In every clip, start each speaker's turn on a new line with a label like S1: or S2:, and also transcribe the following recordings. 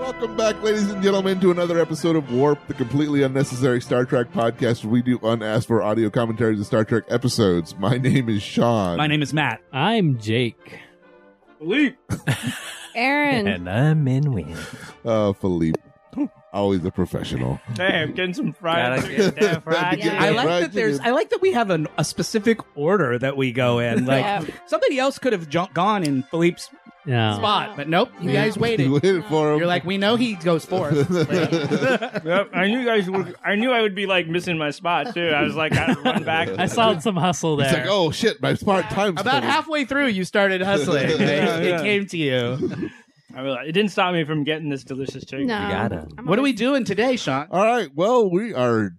S1: Welcome back, ladies and gentlemen, to another episode of Warp, the completely unnecessary Star Trek podcast where we do unasked for audio commentaries of Star Trek episodes. My name is Sean.
S2: My name is Matt.
S3: I'm Jake.
S4: Philippe.
S5: Aaron.
S6: I'm in win.
S1: uh, Philippe. Always a professional.
S4: Hey, I'm getting some fried
S6: Gotta
S4: chicken.
S6: get-
S4: Damn, fried
S1: Yeah,
S4: chicken.
S3: I
S1: right,
S3: like that there's.
S1: you
S3: I like that we have an, a specific order that we go in. Like
S5: Yeah.
S3: somebody else could have ju- gone in Philippe's
S5: Wow.
S6: Yeah.
S3: spot, but nope,
S1: Uh-huh.
S3: you
S1: Yeah.
S3: guys
S1: You
S3: waited.
S1: waited for him.
S3: You're like, we know he goes fourth.
S4: Yep, I knew you guys would. I knew I would be like missing my spot too. I was like, I gotta run back.
S6: I saw some hustle
S1: It's
S6: there.
S1: like, oh shit, my smart time's
S3: About
S1: coming.
S3: halfway through, you started hustling. It-
S1: Yeah,
S3: it,
S4: yeah.
S3: came to you.
S4: I realized, it didn't stop me from getting this delicious chicken.
S5: No.
S6: got him.
S5: I'm
S3: What are we
S5: always-
S3: doing today, Sean?
S1: All right. Well, we are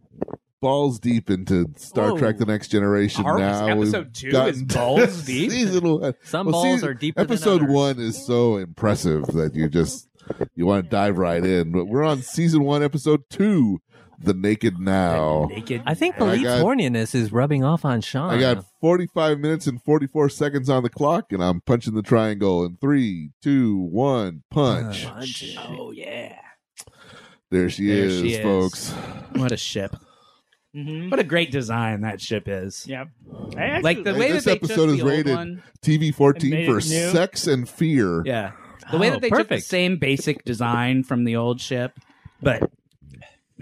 S1: balls deep into Star
S3: Whoa.
S1: Trek: The Next Generation
S3: Our
S1: now.
S3: episode
S1: We've
S3: two is
S1: gotten
S3: balls deep?
S1: Seasonal.
S6: Some
S1: Well,
S6: balls
S1: season-
S6: are deeper
S1: Episode
S6: than others.
S1: one is so impressive that you just you want to dive right in. But we're on season one, episode two, "The Naked Now."
S3: Naked.
S6: I think
S1: I
S6: Philippe's
S1: got-
S6: horniness is rubbing off on Sean.
S1: I got 45 minutes and 44 seconds on the clock, and I'm punching the triangle in three, two, one, punch.
S6: Punch.
S3: Oh yeah.
S1: There she
S3: There
S1: is,
S3: she is.
S1: folks.
S3: What a ship.
S4: hmm
S3: What a great design that ship is.
S4: Yep. I actually,
S3: Like the
S1: Hey,
S3: way
S1: this
S3: that they
S1: episode
S3: took
S1: is
S3: the old
S1: rated.
S3: one-
S1: TV
S4: And
S1: 14
S4: made
S1: for
S4: it new.
S1: sex and fear.
S3: Yeah. The way
S6: Oh,
S3: that they took the
S6: perfect.
S3: same basic design from the old ship, but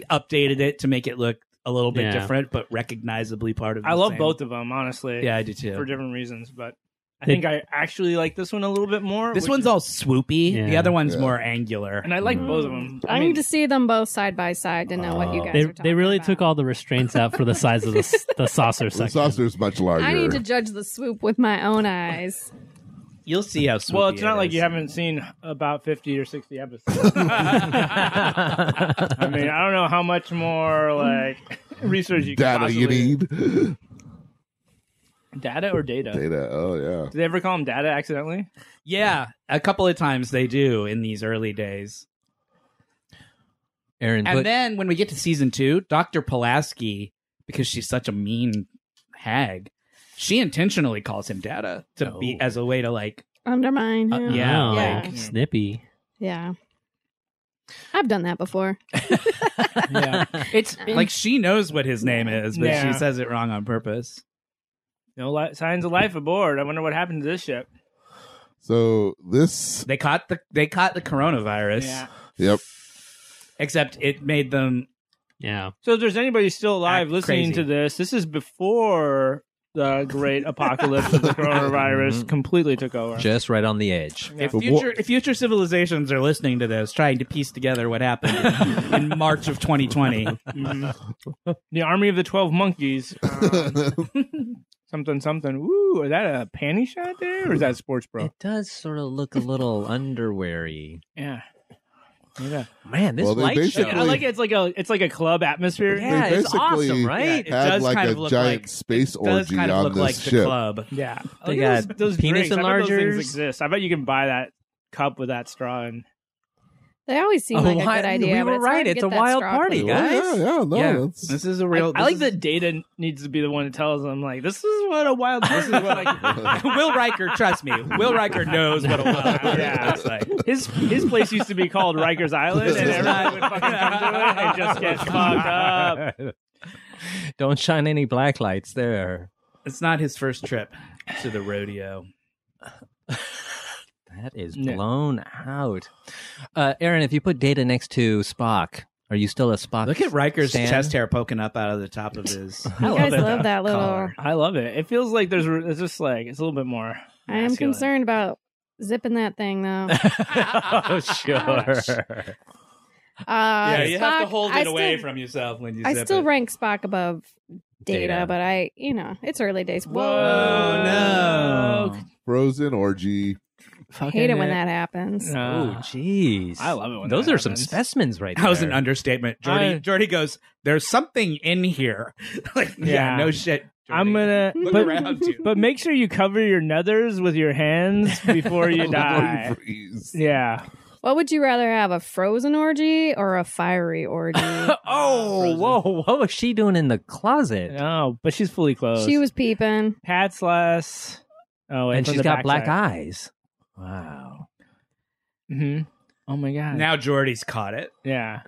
S3: updated it to make it look a little bit
S6: Yeah.
S3: different, but recognizably part of.
S4: I
S3: the
S4: love
S3: same-
S4: both of them, honestly.
S3: Yeah, I do too.
S4: for different reasons, but I
S6: They-
S4: think I actually like this one a little bit more.
S3: this
S4: which
S3: one's
S4: is-
S3: all swoopy. The
S6: Yeah.
S3: other one's
S1: Yeah.
S3: more angular.
S4: and I like
S6: Mm.
S4: both of them.
S5: I, need to see them both side by side to know what you
S1: Oh.
S5: guys
S6: They,
S5: are talking
S6: they really
S5: about.
S6: took all the restraints out for the size of the, s- the saucer
S1: The
S6: section.
S1: saucer's much larger.
S5: I need to judge the swoop with my own eyes.
S3: You'll see how swoopy.
S4: well, it's not
S3: it
S4: like
S3: is.
S4: you haven't seen about fifty or sixty episodes. I mean, I don't know how much more like research you can
S1: Data you
S4: possibly-
S1: need.
S4: Data or data?
S1: Data. Oh,
S4: Did they ever call him data accidentally?
S3: Yeah, a couple of times they do in these early days.
S6: Aaron,
S3: And
S6: but
S3: then when we get to season two, Dr. Pulaski, because she's such a mean hag, she intentionally calls him Data to be
S6: Oh.
S3: as a way to like,
S5: Undermine.
S3: Uh,
S2: Oh,
S5: Yeah.
S3: yeah.
S6: wow,
S5: Yeah.
S6: like, snippy.
S5: Yeah. I've done that before.
S3: yeah. it's like she knows what his name is, but
S4: Yeah.
S3: she says it wrong on purpose.
S4: No li- signs of life aboard. I wonder what happened to this ship.
S1: yeah. So this.
S3: They caught the they caught the coronavirus,
S1: Yep.
S3: except it made them
S6: Yeah.
S4: So if there's anybody still alive
S3: Act
S4: listening
S3: crazy.
S4: to this, this is before the great apocalypse of the coronavirus
S6: Mhm.
S4: completely took over.
S6: Just right on the edge.
S4: Yeah.
S3: if future if future civilizations are listening to this, trying to piece together what happened in March of 2020.
S4: Mhm. the army of the twelve monkeys. um, something something. Ooh, is that a panty shot there, or is that sports bro?
S6: It does sort of look a little underweary.
S4: Yeah. Yeah.
S6: Man, this
S1: Well, they
S6: light
S1: basically-
S4: I
S6: show.
S4: like it. It's like a it's like a club atmosphere.
S6: Yeah,
S1: They
S6: it's
S1: basically
S6: awesome, right?
S4: it
S1: Had
S4: does
S1: like
S3: kind
S1: a
S3: of look
S1: giant
S3: like-
S1: space
S3: Does
S1: orgy
S3: kind of
S1: on
S3: look
S1: this
S3: like
S1: ship.
S3: the club.
S4: Yeah,
S6: They
S4: Look at
S6: got
S4: Oh, those, those
S6: penis
S4: drinks. I bet Those
S6: enlargers.
S4: things exist. I bet you can buy that cup with that straw. And
S5: They always seem
S6: Oh,
S5: like
S6: why-
S5: a good idea.
S6: we
S5: but
S6: were
S5: hard
S6: right.
S5: to
S6: It's
S5: get
S6: a
S5: that
S6: wild
S5: straw
S6: party,
S1: Oh,
S5: clean.
S6: guys.
S1: yeah, yeah, no,
S3: Yeah.
S1: that's-
S3: This is a
S4: I,
S3: real.
S4: I like
S3: this is-
S4: that data needs to be the one who tells them like this is what a wild. This is what like
S3: Will Riker, trust me, Will Riker knows what a wild party
S4: Yeah.
S3: looks like.
S4: his his place used to be called Rikers Island, and everyone would fucking come to it and just get fucked up.
S6: Don't shine any black lights there.
S3: It's not his first trip to the rodeo.
S6: That is
S4: No.
S6: blown out. Uh, Aaron, if you put data next to Spock, are you still a Spock?
S3: Look at Riker's
S6: stan?
S3: chest hair poking up out of the top of his.
S5: You guys love that little.
S3: collar.
S4: I love it. It feels like there's it's just like it's a little bit more.
S5: I am
S4: masculine.
S5: concerned about zipping that thing though.
S6: oh, sure.
S5: Uh,
S3: Yeah, you have to
S5: Spock-
S3: hold it
S5: I
S3: away
S5: still,
S3: from yourself when you
S5: I
S3: zip
S5: still
S3: it.
S5: rank Spock above Data,
S6: Data.
S5: but I, you know, it's early days.
S4: Whoa,
S3: no.
S1: Frozen orgy.
S5: hate it when that happens.
S6: Oh,
S4: Uh,
S6: jeez.
S4: I love it when
S6: Those
S4: that
S6: are some
S4: happens.
S6: specimens right there.
S3: That was an understatement. Jordy,
S4: I-
S3: Jordy goes, "There's something in here." like, yeah,
S4: Yeah.
S3: no shit. Jordy.
S4: I'm gonna
S3: look
S4: but,
S3: around you.
S4: but make sure you cover your nethers with your hands before you die.
S1: freeze.
S4: Yeah.
S5: What would you rather have, a frozen orgy or a fiery orgy?
S6: oh,
S4: Frozen.
S6: whoa. What was she doing in the closet?
S4: No, Oh, but she's fully clothed.
S5: she was peeping.
S4: Pat's less. Oh,
S6: and
S4: from
S6: she's
S4: the
S6: got black
S4: backside.
S6: eyes. Wow.
S4: Mhm. Oh my god.
S3: Now Jordy's caught it.
S4: yeah.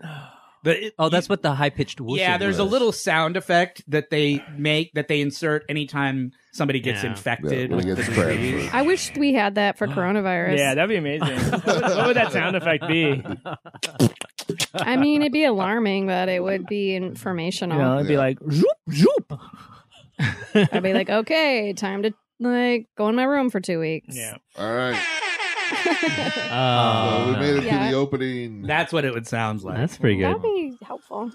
S3: But it-
S6: Oh, that's what the high pitched whoosh.
S3: yeah. There's a little sound effect that they make that they insert anytime somebody gets
S6: Yeah.
S1: Yeah,
S3: infected
S1: when
S3: with
S1: it
S3: the
S1: gets
S3: disease.
S1: transferred.
S5: I wish we had that for coronavirus.
S4: Yeah, that'd be amazing. what, would, what would that sound effect be?
S5: I mean, it'd be alarming, but it would be informational.
S4: You know, it'd be like zoop
S6: Uh,
S4: zoop.
S5: I'd be like, okay, time to like go in my room for two weeks.
S4: Yeah.
S1: All right.
S6: Uh,
S1: So we made it
S5: Yeah.
S1: to the opening.
S3: That's what it would sound like.
S6: That's pretty good.
S5: That'd be helpful.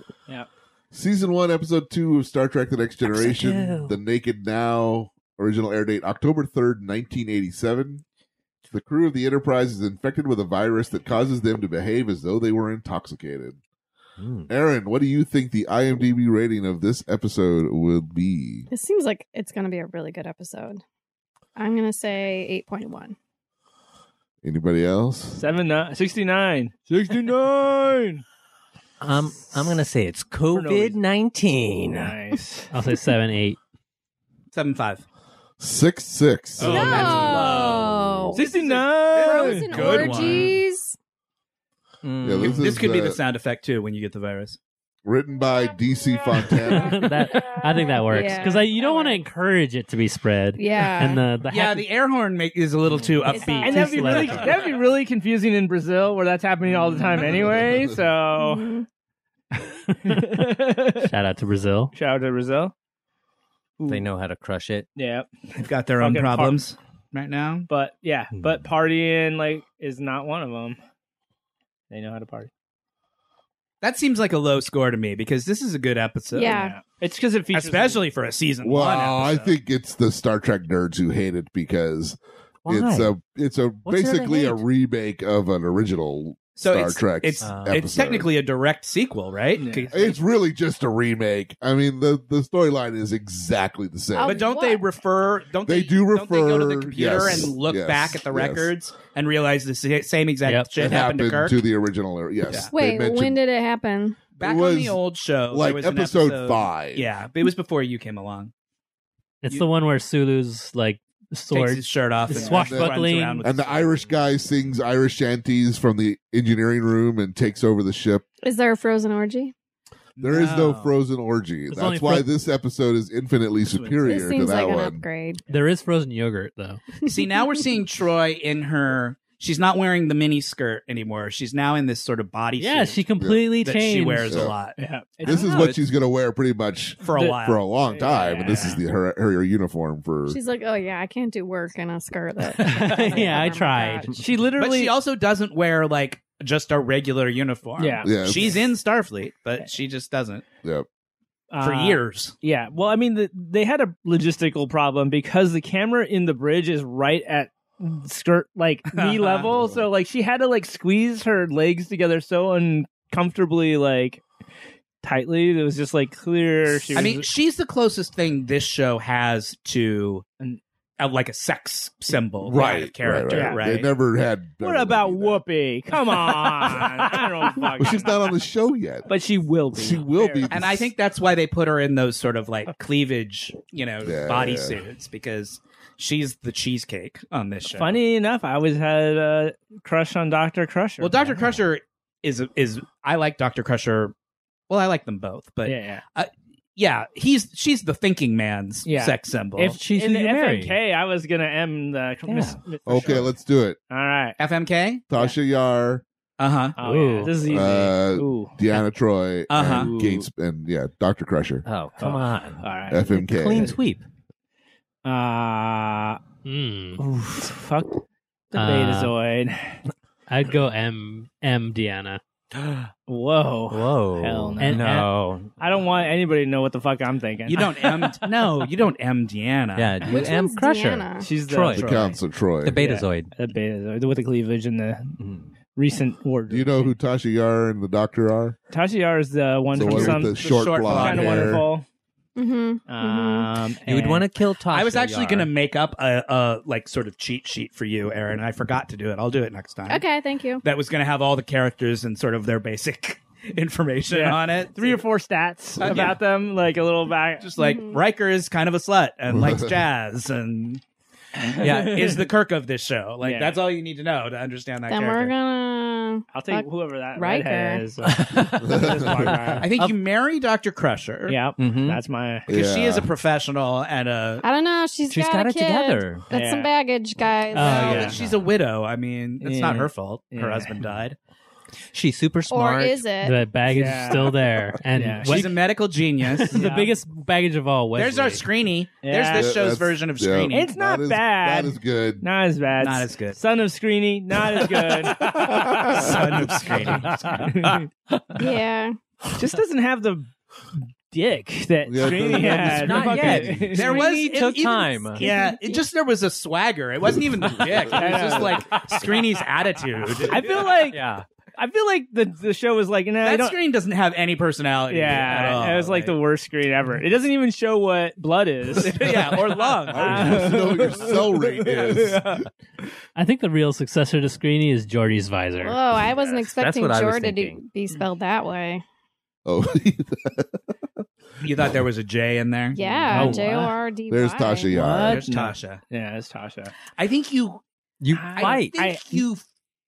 S1: Season 1, Episode 2 of Star Trek The Next Generation.
S6: Episode
S1: The Naked Now. Original air date October 3rd, 1987. The crew of the Enterprise is infected with a virus that causes them to behave as though they were intoxicated.
S6: Mm.
S1: Aaron, what do you think the IMDb rating of this episode will be?
S5: This seems like it's going to be a really good episode. I'm going to say 8.1.
S1: Anybody else?
S4: Seven ni- 69. 69.
S6: Um, I'm gonna say it's
S4: no
S6: COVID
S4: reason.
S6: nineteen.
S4: nice.
S2: I'll say seven, eight.
S3: Seven five.
S1: Six six.
S3: Oh, that's low.
S5: no.
S3: This is a-
S4: 69.
S5: Frozen
S3: Good one.
S5: orgies.
S6: Mm.
S1: Yeah, this,
S3: This
S1: is,
S3: could be
S1: uh,
S3: the sound effect too when you get the virus.
S1: written by DC Fontana.
S2: that I think that works
S5: Yeah.
S2: because you don't want to encourage it to be spread.
S5: Yeah.
S2: and the, the
S3: yeah,
S2: happy-
S3: the air horn make is a little too
S5: It's
S3: upbeat.
S5: not-
S4: And that'd be
S2: Just
S4: really
S2: let it go.
S4: that'd be really confusing in Brazil where that's happening all the time anyway. So
S5: Mhm.
S4: shout
S2: shout out to Brazil.
S4: out to Brazil. Ooh.
S6: They know how to crush it.
S4: Yeah,
S3: They've got their own
S4: Fucking par-
S3: problems right now.
S4: but yeah,
S6: Hmm.
S4: but partying like is not one of them. They know how to party.
S3: That seems like a low score to me because this is a good episode.
S5: Yeah.
S4: it's because it features
S3: Especially for a season
S1: well,
S3: one.
S1: I
S3: episode.
S1: think it's the Star Trek nerds who hate it because
S6: Why?
S1: it's uh, a it's a
S6: What's there to
S1: basically a
S6: hate?
S1: remake of an original
S3: so.
S1: Star
S3: it's,
S1: Trek.
S3: It's
S6: Uh,
S3: it's
S1: episode.
S3: technically a direct sequel, right?
S4: Yeah.
S3: 'Cause-
S1: it's really just a remake. I mean, the the storyline is exactly the same.
S5: Oh,
S3: But don't they
S5: What?
S3: refer? Don't
S1: They
S3: they,
S1: do
S3: Don't they go to
S1: refer-
S3: the computer
S1: yes,
S3: and look
S1: yes,
S3: back at the
S1: yes.
S3: records and realize the sa- same exact
S2: Yep.
S1: it
S3: shit happened, to Kirk?
S1: the original. Yes.
S3: Yeah.
S1: They
S5: Wait,
S1: mentioned-
S5: when did it happen?
S3: back
S1: was
S3: on the old show, Oh, there
S1: like
S3: was an
S1: episode,
S3: episode
S1: five.
S3: Yeah, it was before you came along.
S2: It's
S3: You-
S2: the one where Sulu's like
S3: Takes
S2: sword.
S3: his shirt off,
S2: The
S3: and
S2: swashbuckling.
S3: runs around with
S1: And
S3: his
S1: the
S3: sword.
S1: Irish guy sings Irish shanties from the engineering room and takes over the ship.
S5: Is there a frozen orgy?
S1: There is no frozen orgy.
S2: It's only
S1: That's why
S2: fro-
S1: this episode is infinitely
S3: This one's-
S1: superior
S5: this
S1: to
S5: seems
S1: that
S5: like an
S1: one.
S5: upgrade.
S2: There is frozen yogurt though.
S3: See, now we're seeing Troy in her. She's not wearing the mini skirt anymore. She's now in this sort of body.
S2: Yeah,
S3: suit
S2: she completely
S3: that
S2: changed.
S3: she wears
S1: Yeah.
S3: a lot
S4: Yeah, it's,
S1: This
S6: don't
S1: is
S6: know,
S1: what
S6: it's-
S1: she's going to wear pretty much
S3: for a
S4: The-
S3: while.
S1: for a long time, and this is the her, her uniform for.
S5: She's like, oh yeah, I can't do work in a skirt. That
S2: yeah, I tried. She
S3: but
S2: literally
S3: she also doesn't wear like just a regular uniform.
S4: Yeah.
S1: yeah,
S3: she's in Starfleet, but she just doesn't for
S4: uh,
S3: years.
S4: Yeah, well, I mean, the, they had a logistical problem because the camera in the bridge is right at skirt like knee level, so like she had to like squeeze her legs together so uncomfortably like tightly. It was just like clear. She
S3: I
S4: was,
S3: mean, she's the closest thing this show has to
S4: An-
S3: uh, like a sex symbol kind
S1: right
S3: of character,
S1: Right,
S3: right?
S1: right. They never had.
S4: what about
S1: Beverly
S4: Whoopi? Come on, I don't
S1: either. Well,
S4: fucking.
S1: she's not on the show yet.
S4: but she will be.
S1: She will be.
S3: And I think that's why they put her in those sort of like cleavage, you know,
S1: Yeah, yeah.
S3: body suits because she's the cheesecake on this show.
S4: Funny enough, I always had a crush on Doctor Crusher.
S3: Well, Doctor Crusher is is I like Doctor Crusher. Well, I like them both, but yeah,
S4: yeah, yeah.
S3: he's she's the thinking man's
S4: Yeah.
S3: sex symbol.
S4: If
S2: she's
S4: in
S2: who
S4: the
S2: you marry.
S4: FNK, I was gonna M the
S2: Yeah.
S4: Miss- Miss-
S1: Okay, let's do it.
S4: All right.
S3: FMK,
S1: Tasha Yar,
S3: uh huh.
S4: Oh,
S2: Ooh.
S4: yeah. This is easy.
S1: uh,
S4: Ooh.
S1: Deanna Troy,
S3: Uh-huh.
S1: and Gates, and yeah, Doctor Crusher,
S6: Oh, come
S4: Oh.
S6: on.
S4: All right.
S1: FMK.
S6: Clean sweep.
S4: Uh,
S2: Mm.
S4: oof, fuck the
S2: Uh,
S4: Betazoid.
S2: I'd go M M Deanna.
S4: Whoa.
S6: Whoa.
S4: Hell no.
S2: And-
S6: no.
S4: I don't want anybody to know what the fuck I'm thinking.
S3: You don't M no, you don't M Deanna.
S6: yeah, you
S5: Which
S6: M
S5: one's
S6: Crusher.
S5: Deanna?
S4: She's the,
S6: Troy.
S1: the
S3: Troy.
S1: Council Troy.
S6: The Betazoid.
S4: the Betazoid with the cleavage and the
S6: Mm.
S4: recent wardrobe.
S1: Do you know who Tasha Yar and the Doctor are?
S4: Tasha Yar is the one
S1: the
S4: from
S1: one
S4: some
S1: with the short,
S3: short
S1: blonde
S4: kind
S3: blonde
S4: of
S1: hair.
S4: wonderful.
S5: Mm-hmm.
S4: Um,
S6: You would want to kill Tasha.
S3: I was actually
S6: Yar.
S3: going to make up a, a like sort of cheat sheet for you, Aaron. I forgot to do it. I'll do it next time.
S5: Okay, thank you.
S3: That was going to have all the characters and sort of their basic information
S4: Yeah.
S3: on it.
S4: three or four stats
S3: Uh,
S4: about
S3: yeah.
S4: them, like a little back.
S3: just like
S5: Mhm.
S3: Riker is kind of a slut and likes jazz and yeah, is the Kirk of this show. Like
S4: Yeah.
S3: that's all you need to know to understand that
S5: Then we're
S3: character.
S5: gonna Yeah.
S4: I'll take
S5: Fuck
S4: whoever that
S5: Riker.
S4: redhead is. uh,
S3: I
S4: I
S3: think you marry Dr. Crusher.
S4: Yeah,
S6: Mhm.
S4: that's my.
S3: Because she
S1: Yeah.
S3: is a professional and a.
S5: I don't know. She's
S6: She's
S5: got,
S6: got
S5: a
S6: it
S5: kid.
S6: together.
S5: That's
S4: Yeah.
S5: some baggage, guys.
S2: Oh,
S5: So-
S3: Well,
S2: yeah.
S3: but uh, She's a widow. I mean, it's not
S4: Yeah.
S3: her fault. Her
S4: Yeah.
S3: husband died.
S6: She's super
S5: Or
S6: smart.
S5: is it?
S2: The baggage
S4: Yeah.
S2: is still there, and
S4: Yeah.
S2: what-
S3: She's a medical genius.
S2: the
S4: Yeah.
S2: biggest baggage of all. Wesley.
S3: There's our screeny.
S4: Yeah.
S3: There's
S1: Yeah,
S3: this show's
S1: that's-
S3: version of
S1: yeah.
S3: screeny.
S4: It's not
S1: as-
S4: bad.
S1: Not as good.
S4: Not as bad.
S3: Not as good.
S4: Son of Screeny, not as good.
S3: Son of Screeny.
S5: yeah.
S4: Just doesn't have the dick that
S1: Yeah, it
S4: Screeny
S1: doesn't have the
S4: had.
S1: Not
S4: Fuck
S1: yet.
S4: it.
S3: There was
S6: Screeny
S3: it
S6: took
S3: even-
S6: time.
S3: Yeah, it just there was a swagger. It wasn't even the dick. It was just like Screeny's attitude.
S4: I feel like
S6: Yeah.
S4: I feel like the the show was like nah, I
S3: that
S4: don't.
S3: screen doesn't have any personality. at all.
S4: yeah, it was like the worst screen ever. It doesn't even show what blood is.
S3: yeah, or love.
S1: I was supposed to know what your cell rate is.
S2: I think the real successor to Screeny is Jordy's visor.
S5: Whoa, I wasn't
S6: Yes, that's
S5: expecting
S6: what I was
S5: Jordan to
S6: thinking.
S5: be spelled that way.
S1: Oh,
S3: you thought there was a J in there?
S5: Yeah,
S2: Oh,
S5: J O R D.
S1: there's Tasha Yar.
S3: There's
S4: No.
S3: Tasha.
S4: yeah, it's Tasha.
S3: I think you
S6: You
S3: I
S6: fight.
S3: think
S4: I-
S3: you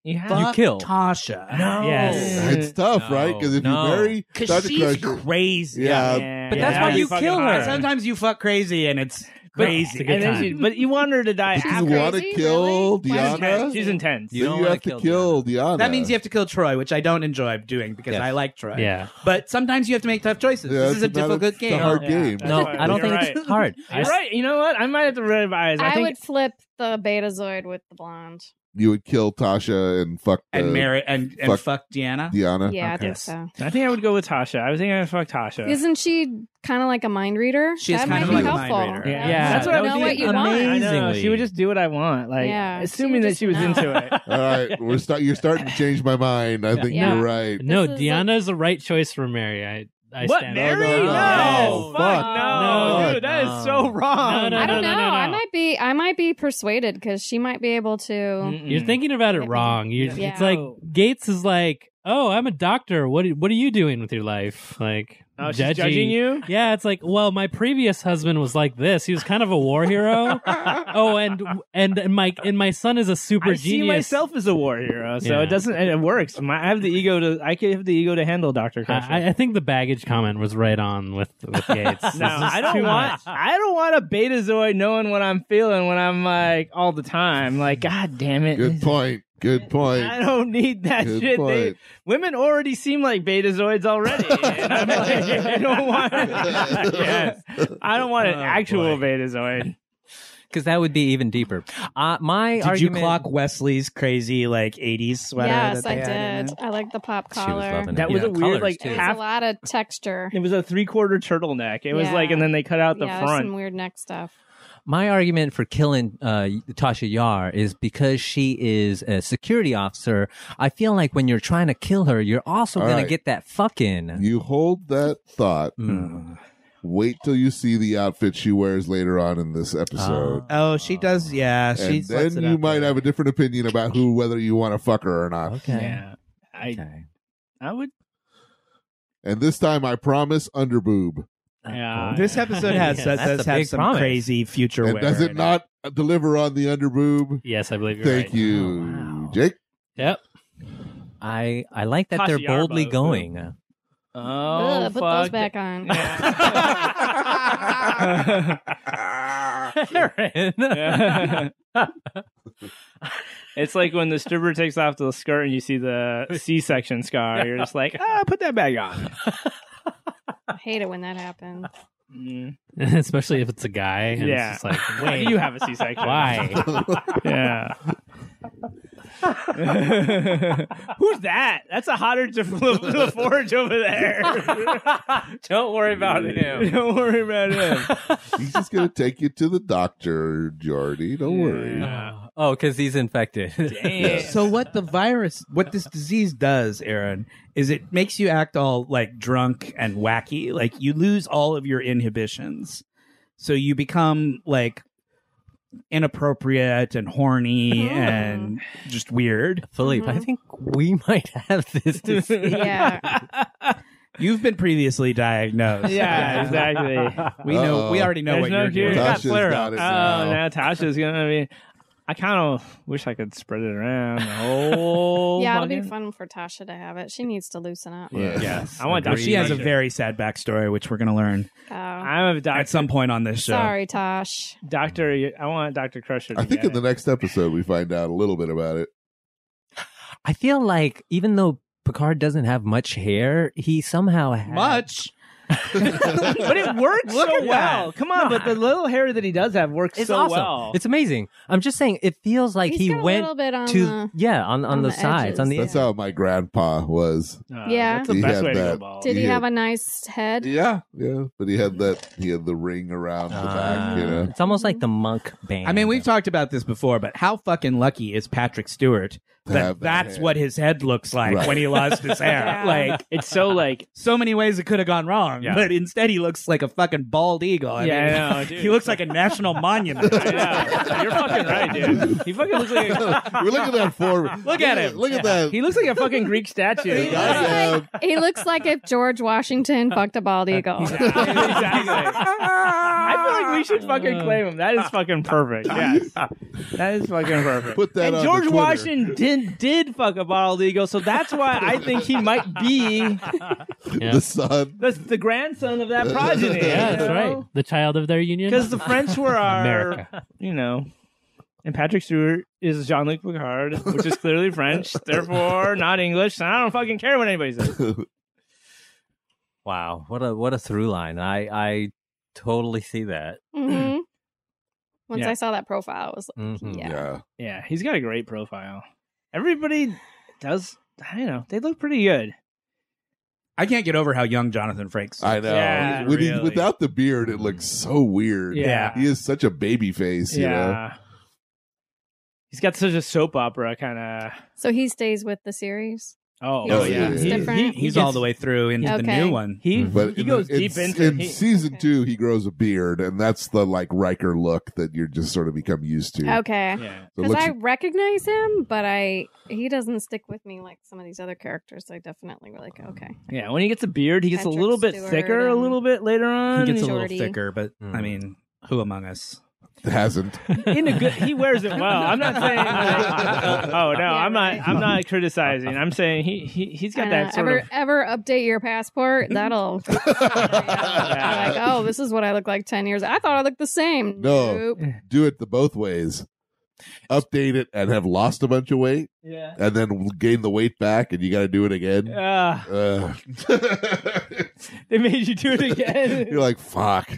S4: Yeah,
S6: You
S3: fuck
S6: kill.
S3: Tasha.
S6: No.
S4: Yes.
S1: It's tough,
S6: No,
S1: right? Because if
S6: no.
S1: you marry
S3: because
S1: Dr.
S3: she's
S1: Crusher,
S3: crazy.
S1: yeah,
S6: But that's
S4: yeah,
S6: why
S4: that'd be
S6: you
S4: fucking
S6: kill
S4: hot.
S6: her.
S3: Sometimes you fuck crazy and it's crazy.
S2: It's a good
S4: And then
S2: time.
S4: she- but you want her to die
S1: you
S5: Crazy,
S4: after.
S1: want to
S5: really?
S1: kill
S5: Why is
S4: She's
S5: she
S1: Deanna,
S4: intense.
S1: then
S4: She's intense.
S6: You don't
S1: you
S6: wanna
S1: have to
S6: kill
S1: kill Deanna.
S3: that means you have to kill Troy, which I don't enjoy doing because
S6: Yes.
S3: I like Troy.
S2: Yeah,
S3: But sometimes you have to make tough choices.
S1: Yeah,
S3: this is a
S1: it's not
S3: difficult
S1: it's a
S3: game.
S1: hard
S4: Yeah.
S1: game.
S4: That's
S6: No,
S4: why-
S6: I don't
S4: you're
S6: think
S4: right.
S6: it's hard.
S4: You're right. You know what? I might have to revise. I,
S5: I,
S4: think
S5: would flip the Betazoid with the blonde.
S1: You would kill Tasha and fuck the,
S3: And marry and, and
S1: uh, fuck.
S3: fuck. Deanna.
S1: Deanna.
S5: Yeah, I
S3: Okay.
S5: think so.
S4: I think I would go with Tasha. I think I would fuck Tasha.
S5: Isn't she kind of like a mind reader?
S3: She is
S5: that
S3: kind
S5: might
S3: of
S5: be
S3: like a mind
S5: helpful.
S3: reader.
S4: yeah.
S2: Yeah,
S4: that's what
S2: that
S4: I
S5: know
S2: would
S5: what
S2: be
S5: you
S4: I
S5: want.
S6: amazing.
S4: know. She would just do what I want. Like,
S5: Yeah, she
S4: assuming
S5: would
S4: that
S5: just
S4: she was
S5: know.
S4: into it.
S1: All right, we're start. You're starting to change my mind. I think
S5: Yeah.
S1: you're right.
S2: no,
S5: This is
S2: Deanna is the right choice for Mary. I, I
S4: what
S2: stand
S4: Mary?
S1: No, no,
S4: Yes.
S1: no.
S4: fuck
S5: Fuck,
S4: no,
S1: no.
S4: dude, that is
S6: No.
S4: so wrong.
S2: No, no,
S5: I don't
S2: no,
S5: know.
S2: no, no.
S5: I might be. I might be persuaded because she might be able to.
S4: Mm-mm.
S2: You're thinking about it wrong. You're,
S5: Hmm. Yeah.
S2: It's like
S4: No.
S2: Gates is like, "Oh, I'm a doctor. What are- what are you doing with your life?" Like
S4: Oh, she's judging you.
S2: Yeah, it's like, well, my previous husband was like this. He was kind of a war hero. oh, and and my and my son is a super
S4: I
S2: genius.
S4: see myself as a war hero, so
S2: Yeah.
S4: it doesn't. and It works. My, I have the ego to. I could have the ego to handle Doctor Crusher.
S2: I, I think the baggage comment was right on with with Gates. It's
S4: no,
S2: just
S4: I don't
S2: too
S4: want.
S2: much.
S4: I don't want a Betazoid knowing what I'm feeling when I'm like all the time. Like,
S2: Mm.
S4: god damn it!
S1: Good point. Good
S4: I
S1: point.
S4: don't need that
S1: Good
S4: shit. They,
S1: point.
S4: women already seem like Betazoids already. and I'm like, I don't want. yes, I don't want an
S3: Oh,
S4: actual
S3: boy.
S4: Betazoid.
S6: Because that would be even deeper. Uh, my
S3: Did
S6: argument.
S3: you clock Wesley's crazy like '80s sweater?
S5: yes,
S3: that
S5: I
S3: they had in
S5: did.
S3: it?
S5: I like the pop
S6: She was
S5: collar.
S6: loving it.
S4: That was
S6: Yeah,
S4: a weird,
S6: colors,
S4: like,
S6: too.
S5: It was
S4: half-
S5: a lot of texture.
S4: It was a three-quarter turtleneck. It was
S5: Yeah.
S4: like, and then they cut out the
S5: yeah, there's some
S4: front.
S5: weird neck stuff.
S6: My argument for killing uh, Tasha Yar is because she is a security officer. I feel like when you're trying to kill her, you're also
S1: All
S6: going
S1: right.
S6: to get that fucking.
S1: You hold that thought.
S6: Mm.
S1: Wait till you see the outfit she wears later on in this episode.
S6: Uh,
S3: Oh, she does. Yeah, she.
S1: and then you might have a different opinion about who, whether you want to fuck her or not.
S6: Okay.
S4: Yeah, I,
S6: Okay.
S4: I would.
S1: And this time, I promise underboob.
S6: Uh,
S4: Yeah.
S3: This episode has
S2: Yeah,
S3: that
S6: that's
S3: does
S6: a
S3: have
S6: big
S3: some
S6: promise.
S3: crazy future.
S1: And
S3: wear
S1: does
S3: in
S1: it not deliver on the underboob?
S2: Yes, I believe you're
S1: Thank
S2: right.
S1: you,
S6: Oh, wow.
S1: Jake.
S2: Yep.
S6: I I like that they're
S4: Tasha Yar
S6: boldly
S4: boat.
S6: going.
S4: Oh,
S5: Ugh, put those
S4: fuck.
S5: back on.
S6: Aaron.
S4: Yeah. it's like when the stripper takes off the skirt and you see the C-section scar. You're just like, ah, put that back on.
S5: I hate it when that happens.
S4: Mm.
S2: Especially if it's a guy. And
S4: Yeah.
S2: It's just like,
S4: Why
S2: wait,
S4: do you have a C-section?
S2: why?
S4: Yeah. Who's that? That's a hotter to LaForge over there.
S6: Don't worry about
S4: Don't worry about him.
S1: He's just gonna take you to the doctor, Jordy. Don't worry.
S6: Oh, because he's infected.
S4: Damn.
S3: So what the virus, what this disease does, Aaron, is it makes you act all like drunk and wacky. Like you lose all of your inhibitions, so you become like inappropriate and horny
S5: Oh.
S3: and just weird.
S6: Philippe, I
S5: Mhm.
S6: think we might have this disease.
S5: Yeah.
S3: You've been previously diagnosed.
S4: Yeah, exactly.
S3: We know. We
S1: Uh-oh.
S3: already know
S4: There's
S3: what
S4: no
S3: you're
S4: cure.
S3: doing.
S4: got
S1: Tasha's
S4: flare
S1: got it
S4: Oh,
S1: now.
S4: now Tasha's Oh, gonna be. I kind of wish I could spread it around. The whole
S5: yeah, it'll be
S4: fucking-
S5: fun for Tasha to have it. She needs to loosen up.
S1: Yeah.
S3: Yes,
S4: I want
S3: Now,
S4: Dr.
S3: She has a
S4: Usher.
S3: very sad backstory, which we're going to learn
S5: Oh.
S4: I'm a doc-
S3: at some point on this show.
S5: Sorry, Tosh.
S4: doctor. I want Doctor Crusher. To
S1: I think
S4: get
S1: in the
S4: it.
S1: next episode we find out a little bit about it.
S6: I feel like even though Picard doesn't have much hair, he somehow has
S3: Much.
S4: but it works
S3: Look
S4: so
S3: at
S4: well.
S3: that.
S4: Come on, but the little hair that he does have works
S6: It's
S4: so
S6: awesome.
S4: well.
S6: It's amazing. I'm just saying, it feels like
S5: He's
S6: he
S5: got a
S6: went
S5: little bit on
S6: to
S5: the-
S6: yeah on on,
S5: on
S6: the,
S5: the
S6: sides on the
S5: edges,
S1: That's how my grandpa was.
S4: Uh,
S5: Yeah.
S4: that's the
S1: He
S4: best
S1: had
S4: way to go
S1: that.
S4: bald.
S5: Did he
S1: Yeah.
S5: have a nice head?
S1: Yeah, yeah. But he had that. He had the ring around the
S6: Ah,
S1: back. You know.
S6: It's almost
S5: Mm-hmm.
S6: like the monk band.
S3: I mean, we've talked about this before, but how fucking lucky is Patrick Stewart
S1: To
S3: that
S1: have that
S3: that's
S1: hair.
S3: what his head looks like
S1: Right.
S3: when he lost his hair?
S5: Yeah.
S3: Like,
S4: It's so like
S3: so many ways it could have gone wrong,
S4: Yeah.
S3: but instead he looks like a fucking bald eagle. I
S4: Yeah,
S3: mean,
S4: I know, dude.
S3: he looks like a national monument.
S4: I know. You're fucking right, dude. He fucking looks like a,
S1: we look at that form.
S3: Look at him.
S1: Look at that.
S4: he looks like a fucking Greek statue.
S1: He does have-
S5: He looks like if George Washington fucked a bald eagle.
S4: exactly. I feel like we should fucking claim him. That is fucking perfect. Yes. That is fucking perfect.
S1: Put that
S4: and
S1: on the
S4: George
S1: Twitter.
S4: Washington did, did fuck a bald eagle, so that's why I think he might be
S1: The son.
S4: the, the grandson of that progeny.
S2: Yeah, that's right. The child of their union.
S4: Because the French were our,
S2: America.
S4: you know, and Patrick Stewart is Jean Luc Picard, which is clearly French, therefore not English. And I don't fucking care what anybody says.
S6: wow, what a what a through line. I I totally see that.
S5: hmm Once
S4: Yeah.
S5: I saw that profile, I was
S6: Mhm.
S5: Yeah.
S1: Yeah.
S4: Yeah, he's got a great profile. Everybody does. I don't know. They look pretty good.
S3: I can't get over how young Jonathan Frakes.
S1: I know.
S4: Yeah,
S1: When he,
S4: really.
S1: without the beard, it looks so weird.
S4: Yeah.
S1: He is such a baby face, you know.
S4: He's got such a soap opera kind of.
S5: so he stays with the series.
S4: Oh,
S5: Oh,
S1: yeah.
S4: He-
S1: It's
S5: different.
S4: he- he
S3: he's
S4: gets-
S3: all the way through into the
S5: Okay.
S3: new one.
S4: He
S1: But
S4: Mm-hmm. he
S1: in
S4: goes
S1: the- in-
S4: deep into.
S1: in
S4: he-
S1: season
S5: Okay.
S1: two, he grows a beard, and that's the like Riker look that you're just sort of become used to.
S5: Okay.
S4: yeah.
S1: So it
S5: Because
S1: looks-
S5: Oh, I recognize him, but I he doesn't stick with me like some of these other characters. I definitely were like, okay,
S4: Yeah, when he gets a beard, he gets a
S5: Patrick
S4: little bit
S5: Stewart
S4: thicker a
S5: and-
S4: little bit
S3: He
S4: later on.
S3: gets a
S4: He-
S3: little
S5: Shorty.
S3: thicker, but
S6: Mm.
S1: Hmm.
S3: I mean, who among us?
S1: hasn't.
S4: in a good he wears it well. I'm not saying like, Oh no,
S5: Yeah,
S4: I'm not
S5: right.
S4: I'm not criticizing. I'm saying he, he he's got
S5: Uh,
S4: that sort
S5: ever
S4: of
S5: ever update your passport. That'll Oh, like, oh, this is what I look like ten years. I thought I looked the same.
S1: No.
S5: Nope.
S1: Do it the both ways. Update it and have lost a bunch of weight,
S4: Yeah.
S1: and then gain the weight back, and you got to do it again.
S4: Uh,
S1: Ugh.
S4: they made you do it again.
S1: you're like, fuck.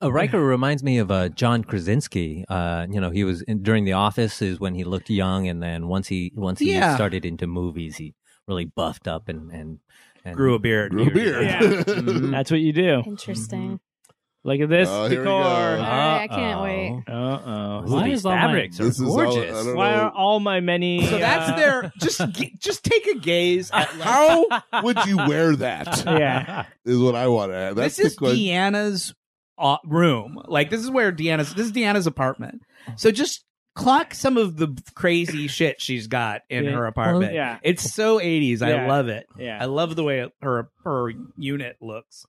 S6: Uh, Riker reminds me of uh, John Krasinski. Uh, you know, he was in, during The Office is when he looked young, and then once he once he
S3: Yeah.
S6: started into movies, he really buffed up and and, and
S3: Grew a beard. Mm.
S1: Grew a beard.
S4: Yeah. That's what you do.
S5: Interesting.
S4: Look at this Uh-huh.
S1: Oh, here we go.
S5: All
S4: decor.
S5: right, I can't wait.
S4: Uh oh.
S6: Ooh,
S2: Why
S6: these
S2: is all my-
S6: fabrics
S1: This
S6: are
S1: is all-
S6: gorgeous.
S1: I don't
S4: Why
S1: know.
S4: are all my many
S3: So that's
S4: uh,
S3: their just g- just take a gaze at like,
S1: How would you wear that?
S4: Yeah.
S1: Is what I want to add. That's
S3: this is
S1: the question.
S3: Deanna's uh, room. Like this is where Deanna's this is Deanna's apartment. So just clock some of the crazy shit she's got in
S4: Yeah. Oh,
S3: her apartment.
S4: Yeah.
S3: It's so 80s. I
S4: Yeah.
S3: love it. I
S4: Yeah.
S3: love the way her her unit looks.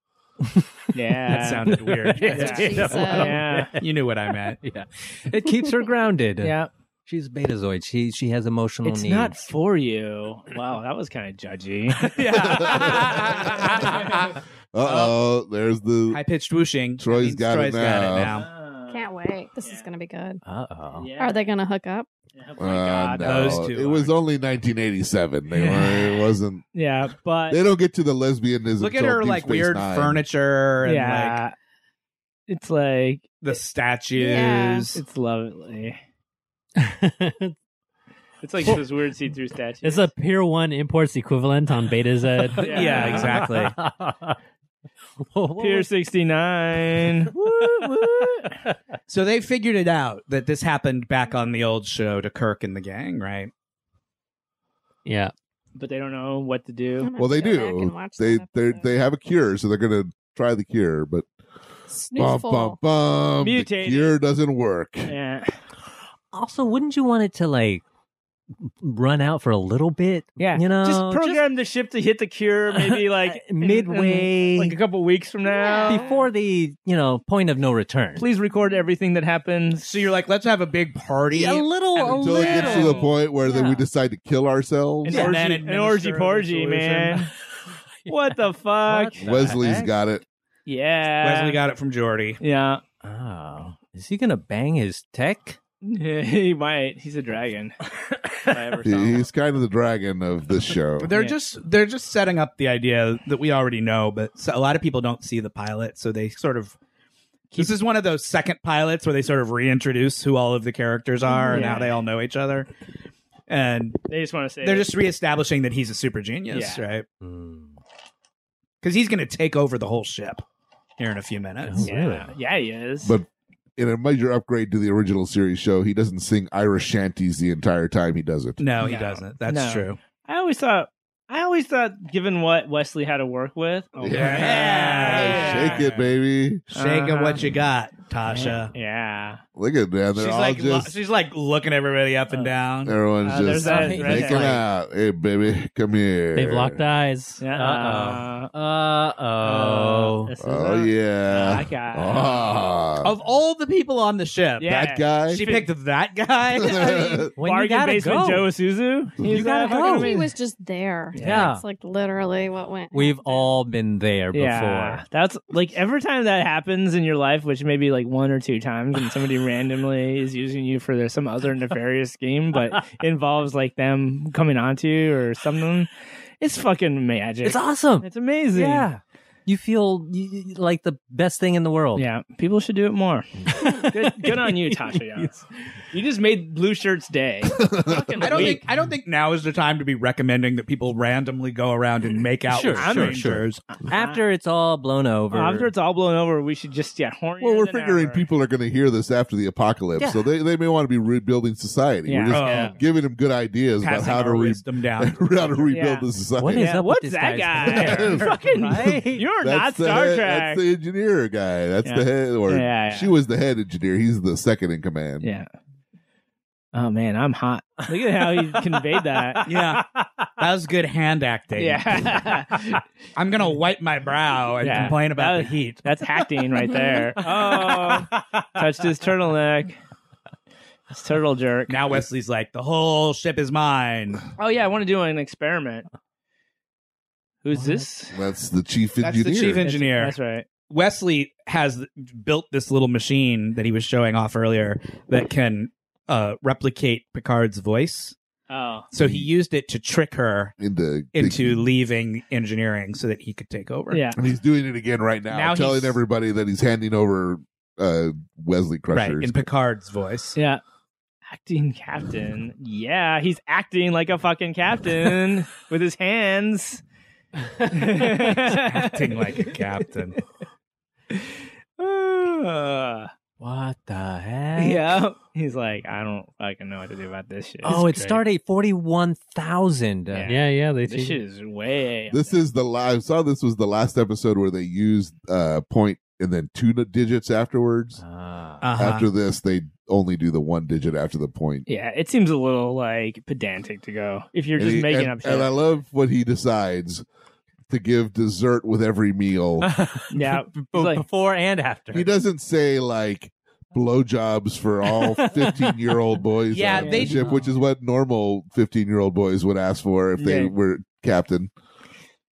S4: Yeah.
S3: That sounded weird.
S4: Yeah. uh,
S5: Jesus.
S4: Yeah.
S3: You knew what I meant.
S6: yeah, Oh. it keeps her grounded.
S4: Yeah.
S6: she's a betazoid. She she has emotional
S4: It's
S6: needs.
S4: not for you. Wow, that was kind of judgy.
S3: Yeah.
S1: Uh oh, there's the
S3: High pitched whooshing.
S1: Troy's
S3: means
S1: got it now.
S5: Can't wait. This is
S4: Yeah.
S5: gonna be good.
S6: Uh oh.
S4: Yeah.
S5: Are they gonna hook up?
S4: Oh
S1: uh,
S4: my God.
S1: no.
S3: those two
S1: It was
S3: aren't.
S1: only 1987. They
S4: Yeah.
S1: were, it wasn't.
S4: Yeah, but
S1: They don't get to the lesbianism.
S3: Look at
S1: till
S3: her
S1: Deep
S3: like
S1: Space
S3: weird
S1: Nine.
S3: furniture and
S4: yeah,
S3: like
S4: it's like
S3: the statues.
S5: Yeah.
S4: it's lovely. It's like
S2: Well-
S4: this weird see-through statue.
S2: it's a Pier One imports equivalent on Beta Z.
S4: Yeah.
S3: yeah, exactly.
S4: Pier sixty nine.
S3: So they figured it out that this happened back on the old show to Kirk and the gang, right?
S2: yeah.
S4: but they don't know what to
S5: I'm
S4: do.
S5: gonna
S1: Well, they
S5: have to go back and
S1: do.
S5: watch
S1: They
S5: that
S1: they
S5: episode.
S1: they have a cure, so they're gonna try the cure. But bum
S5: Snoozeful.
S1: bum bum, the
S4: Mutated. Eh.
S1: cure doesn't work.
S4: Yeah,
S6: Also, wouldn't you want it to like run out for a little bit.
S4: Yeah,
S6: You know,
S4: just program the ship to hit the cure maybe like in- in,
S6: midway
S4: like a couple weeks from now.
S5: Yeah.
S6: before the you know point of no return.
S4: Please record everything that happens.
S3: So you're like, let's have a big party.
S6: a little, a
S1: Until it gets to
S6: little.
S1: the point where then we
S6: Yeah.
S1: decide to kill ourselves.
S4: An
S3: Yeah.
S4: orgy,
S3: Then
S4: an orgy
S3: administer the
S4: porgy,
S3: solution.
S4: man. What the fuck?
S6: What?
S1: Wesley's
S6: heck?
S1: got it.
S4: Yeah,
S3: Wesley got it from Jordy.
S4: yeah.
S6: Oh, is he gonna bang his tech?
S4: he might. He's a dragon. If I ever saw one.
S1: He's kind of the dragon of this show.
S3: But They're
S4: Yeah.
S3: just they're just setting up the idea that we already know, but so, a lot of people don't see the pilot, so they sort of. This is one of those second pilots where they sort of reintroduce who all of the characters are and
S4: Yeah.
S3: how they all know each other, and
S4: They just want to say
S3: they're just reestablishing that he's a super genius,
S4: Yeah.
S3: right? Because he's going to take over the whole ship here in a few minutes.
S6: Oh.
S4: yeah, yeah, he is.
S1: But In a major upgrade to the original series show, he doesn't sing Irish shanties the entire time he does it.
S3: No, he
S4: No.
S3: doesn't. That's
S4: No.
S3: true.
S4: I always thought, I always thought, given what Wesley had to work with, oh,
S3: Yeah.
S1: Shake it, baby.
S3: Shake it
S4: Uh-huh.
S3: what you got, Tasha.
S4: yeah,
S1: Look at that. They're
S3: She's
S1: all
S3: like lo-
S1: just.
S3: she's like looking everybody up
S4: Oh.
S3: and down.
S1: Everyone's
S4: Uh, there's
S1: just
S4: that
S1: making
S4: redhead.
S1: out. Hey, baby, come here.
S2: They've locked eyes.
S4: yeah.
S6: Uh-oh.
S4: Uh,
S6: Uh-oh.
S4: this is
S1: Oh,
S4: a-
S1: yeah. Oh.
S4: that guy.
S1: Ah.
S3: Of all the people on the ship,
S4: Yeah.
S1: That guy.
S3: she picked that guy. I mean,
S6: When you
S4: Bargain
S6: gotta
S4: basement
S6: go.
S4: Joe Isuzu. He's
S6: You gotta
S4: that fucking
S6: go.
S5: He
S4: amazing.
S5: was just there.
S6: Yeah.
S5: That's like literally what went.
S6: We've all been there before.
S4: Yeah, that's like every time that happens in your life, which may be like one or two times, and somebody randomly is using you for their, some other nefarious scheme, but involves like them coming onto you or something. It's fucking magic.
S6: It's awesome.
S4: It's amazing.
S6: Yeah. You feel y- y- like the best thing in the world.
S4: Yeah, people should do it more. good, good on you, Tasha. Yar. You just made blue shirts day. Fucking
S3: I don't
S4: weak.
S3: think I don't think now is the time to be recommending that people randomly go around and make out
S6: Sure,
S3: with
S6: sure, sure.
S3: strangers.
S6: After it's all blown over.
S4: after it's all blown over, we should just get horny.
S1: Well, we're figuring people are going to hear this after the apocalypse,
S6: Yeah.
S1: so they, they may want to be rebuilding society.
S4: Yeah.
S1: We're just
S3: Oh.
S1: giving them good ideas about
S3: Passing
S1: how to
S3: our
S1: re-
S3: wisdom down.
S1: how to rebuild
S4: Yeah.
S1: the society.
S6: What is
S4: Yeah,
S6: up
S4: what's
S6: with this
S4: that
S6: guy's-
S4: guy? Fucking, you're not
S1: the
S4: Star
S1: head-
S4: Trek.
S1: That's the engineer guy. That's
S4: Yeah.
S1: the head, or
S4: Yeah, yeah.
S1: she was the head engineer. He's the second in command.
S4: Yeah. Oh man, I'm hot. Look at how he conveyed that.
S3: Yeah, that was good hand acting.
S4: Yeah.
S3: I'm gonna wipe my brow and
S4: Yeah.
S3: complain about the
S4: That-
S3: heat.
S4: That's acting right there. Oh, touched his turtleneck. His turtle jerk.
S3: Now Wesley's like, the whole ship is mine.
S4: Oh yeah, I want to do an experiment. Who's this?
S1: That's the chief
S3: That's the
S1: engineer.
S3: chief en- Engineer.
S4: That's right.
S3: Wesley has built this little machine that he was showing off earlier that can uh, replicate Picard's voice.
S4: Oh.
S3: So he
S1: Mm-hmm.
S3: used it to trick her
S1: into
S3: into leaving engineering so that he could take over.
S4: Yeah.
S1: and he's doing it again right now,
S3: Now
S1: telling
S3: he's-
S1: everybody that he's handing over uh, Wesley
S3: right.
S1: Crusher's
S3: In Picard's voice.
S4: Yeah. Acting captain. Yeah, he's acting like a fucking captain with his hands.
S3: Acting like a captain.
S4: Uh,
S6: What the heck?
S4: yeah. He's like, I don't fucking know what to do about this shit.
S6: Oh,
S4: It's
S6: it's Stardate 41,000. Uh,
S4: Yeah.
S2: Yeah, yeah. They
S4: This
S2: teach.
S4: shit is way.
S1: This is the la- I saw this was the last episode where they used uh point and then two n- digits
S4: Uh,
S1: afterwards.
S6: Ah.
S4: um,
S3: Uh-huh.
S1: After this, they only do the one digit after the point.
S4: Yeah, it seems a little like pedantic to go if you're
S1: And
S4: just
S1: he-
S4: making
S1: and-
S4: up shit.
S1: And I love what he decides to give dessert with every meal.
S3: Uh-huh.
S4: yeah,
S6: B-
S4: he's like-
S6: before and after.
S1: he doesn't say like blowjobs for all fifteen-year-old boys.
S3: Yeah,
S1: on
S3: they-
S1: the ship, which is what normal fifteen-year-old boys would ask for if they
S4: Yeah.
S1: were captain.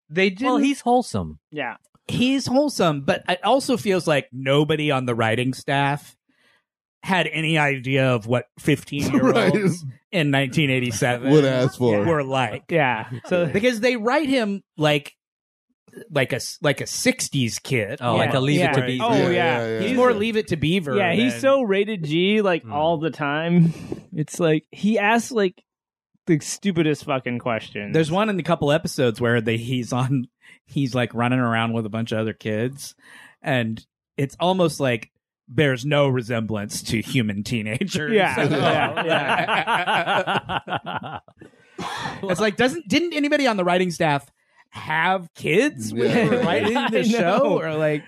S3: They did.
S6: well, he's wholesome.
S4: yeah,
S3: he's wholesome, but it also feels like nobody on the writing staff had any idea of what 15 year olds
S1: Right.
S3: in 1987
S1: Would ask for.
S3: were like.
S4: yeah. So
S3: because they write him like like a like a 60s kid.
S6: Oh,
S4: Yeah.
S6: like a Leave
S4: yeah.
S6: It to Beaver.
S4: Oh yeah,
S1: Yeah, yeah,
S3: He's
S1: yeah.
S3: more leave it to Beaver.
S4: Yeah, he's
S3: than-
S4: so rated G like
S6: Mm.
S4: all the time. It's like he asks like the stupidest fucking question.
S3: There's one in a couple episodes where they he's on he's like running around with a bunch of other kids and it's almost like bears no resemblance to human teenagers.
S4: Yeah,
S3: at all.
S4: Oh, yeah,
S3: it's like doesn't didn't anybody on the writing staff have kids when
S1: Yeah.
S3: they were writing the
S4: I
S3: show
S4: know.
S3: or like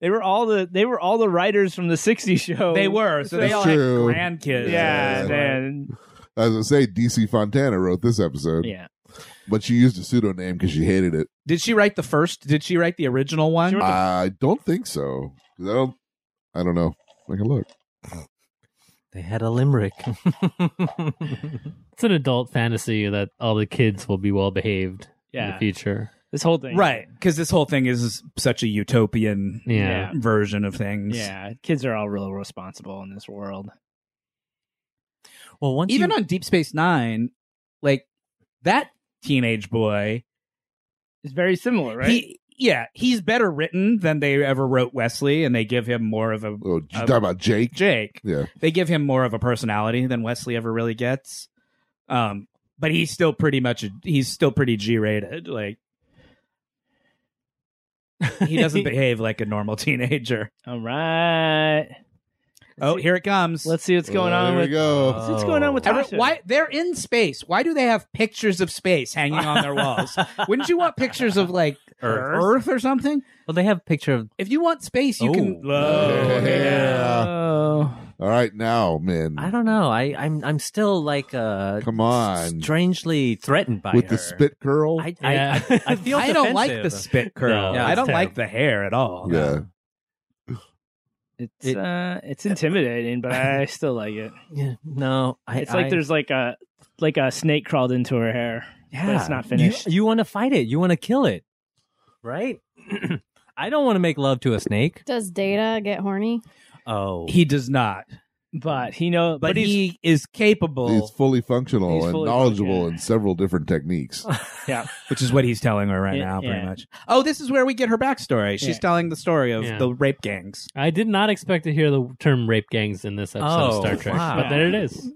S4: they were all the they were all the writers from the '60s show.
S3: they were so they
S1: That's
S3: all
S1: true.
S3: had grandkids.
S4: Yeah,
S1: Yeah.
S4: man.
S1: As I say, DC Fontana wrote this episode,
S4: Yeah.
S1: but she used a pseudonym because she hated it.
S3: Did she write the first? Did she write the original one?
S4: She wrote-
S1: I don't think so. 'Cause I don't. I don't know. I can look.
S6: They had a limerick.
S2: It's an adult fantasy that all the kids will be well behaved in
S4: Yeah.
S2: the future.
S4: This whole thing.
S3: right, because this whole thing is such a utopian
S2: Yeah.
S4: Yeah.
S3: version of things.
S4: Yeah. Kids are all real responsible in this world.
S6: well, once
S3: Even
S6: you,
S3: on Deep Space Nine, like that teenage boy,
S4: It's very similar, right?
S3: he yeah, he's better written than they ever wrote Wesley, and they give him more of a
S1: Oh, you
S3: Um,
S1: talking about Jake?
S3: Jake.
S1: Yeah.
S3: They give him more of a personality than Wesley ever really gets. Um, but he's still pretty much a, he's still pretty G rated. Like he doesn't behave like a normal teenager.
S4: all right.
S3: Oh, here it comes.
S4: Let's see what's going
S1: Oh,
S4: on
S1: there
S4: with
S1: we go.
S6: uh,
S4: What's- what's going on with
S3: Every-
S4: Tasha?
S3: why they're in space? Why do they have pictures of space hanging on their walls? Wouldn't you want pictures of like Earth, Earth or something?
S6: well, they have a picture of
S3: If you want space, you can.
S6: Oh.
S1: Yeah.
S4: Oh.
S1: All right, now, men,
S6: I don't know. I I'm I'm still like uh
S1: Hmm. come on
S6: strangely threatened by
S1: with
S6: her.
S1: the spit curl.
S6: I I,
S2: Yeah.
S6: I, I feel
S3: I don't like the
S6: defensive.
S3: spit curl.
S2: No, Yeah,
S3: I
S6: it's
S3: don't
S6: terrible.
S3: like the hair at all.
S1: yeah,
S4: It's
S6: It-
S4: uh, it's intimidating, but I still like it.
S6: Yeah, no, I,
S4: It's like
S6: I-
S4: there's like a like a snake crawled into her hair.
S6: yeah,
S4: it's not
S6: You-
S4: finished.
S6: You, want to fight it. You want to kill it, right? I don't want to make love to a snake.
S5: Does Data get horny?
S6: Oh,
S3: He does not,
S4: But he know,
S3: but,
S4: but, he's
S3: he is capable.
S1: he's fully functional
S4: He's
S1: and
S4: fully
S1: knowledgeable
S4: functional.
S1: in several different techniques.
S3: which is what he's telling her right
S4: Yeah,
S3: now, pretty
S4: yeah.
S3: much. Oh, this is where we get her backstory. She's
S4: Yeah.
S3: telling the story of
S2: Yeah.
S3: the rape gangs.
S2: I did not expect to hear the term rape gangs in this episode of
S6: Oh,
S2: Star Trek,
S6: wow.
S2: but there it is.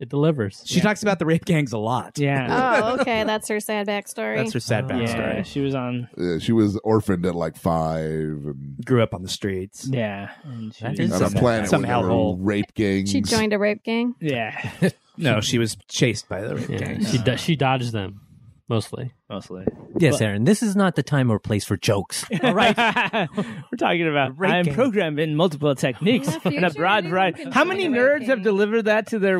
S2: It delivers.
S3: She talks about the rape gangs a lot.
S4: yeah,
S5: Oh, okay. That's her sad backstory.
S3: that's her sad
S6: Oh.
S3: backstory.
S4: yeah. She was on
S1: Uh, she was orphaned at like five, and
S3: Grew up on the streets.
S4: yeah, and she
S6: That
S4: was-
S6: is
S1: on
S6: Some-
S1: a planet
S3: some
S1: with there were
S3: hellhole.
S1: rape gangs.
S5: she joined a rape gang.
S4: yeah,
S3: No, she was chased by the rape
S2: Yeah.
S3: gangs.
S2: She do- she dodged them mostly.
S4: mostly.
S6: yes, Aaron. This is not the time or place for jokes.
S4: All right, we're talking about
S6: Great
S4: I'm
S6: game.
S4: programmed in multiple techniques
S5: In the
S4: and a
S5: future,
S4: broad
S5: you
S4: variety.
S5: can
S4: How
S5: do
S4: many
S5: the
S4: nerds
S5: right
S4: have
S5: thing.
S4: delivered that to their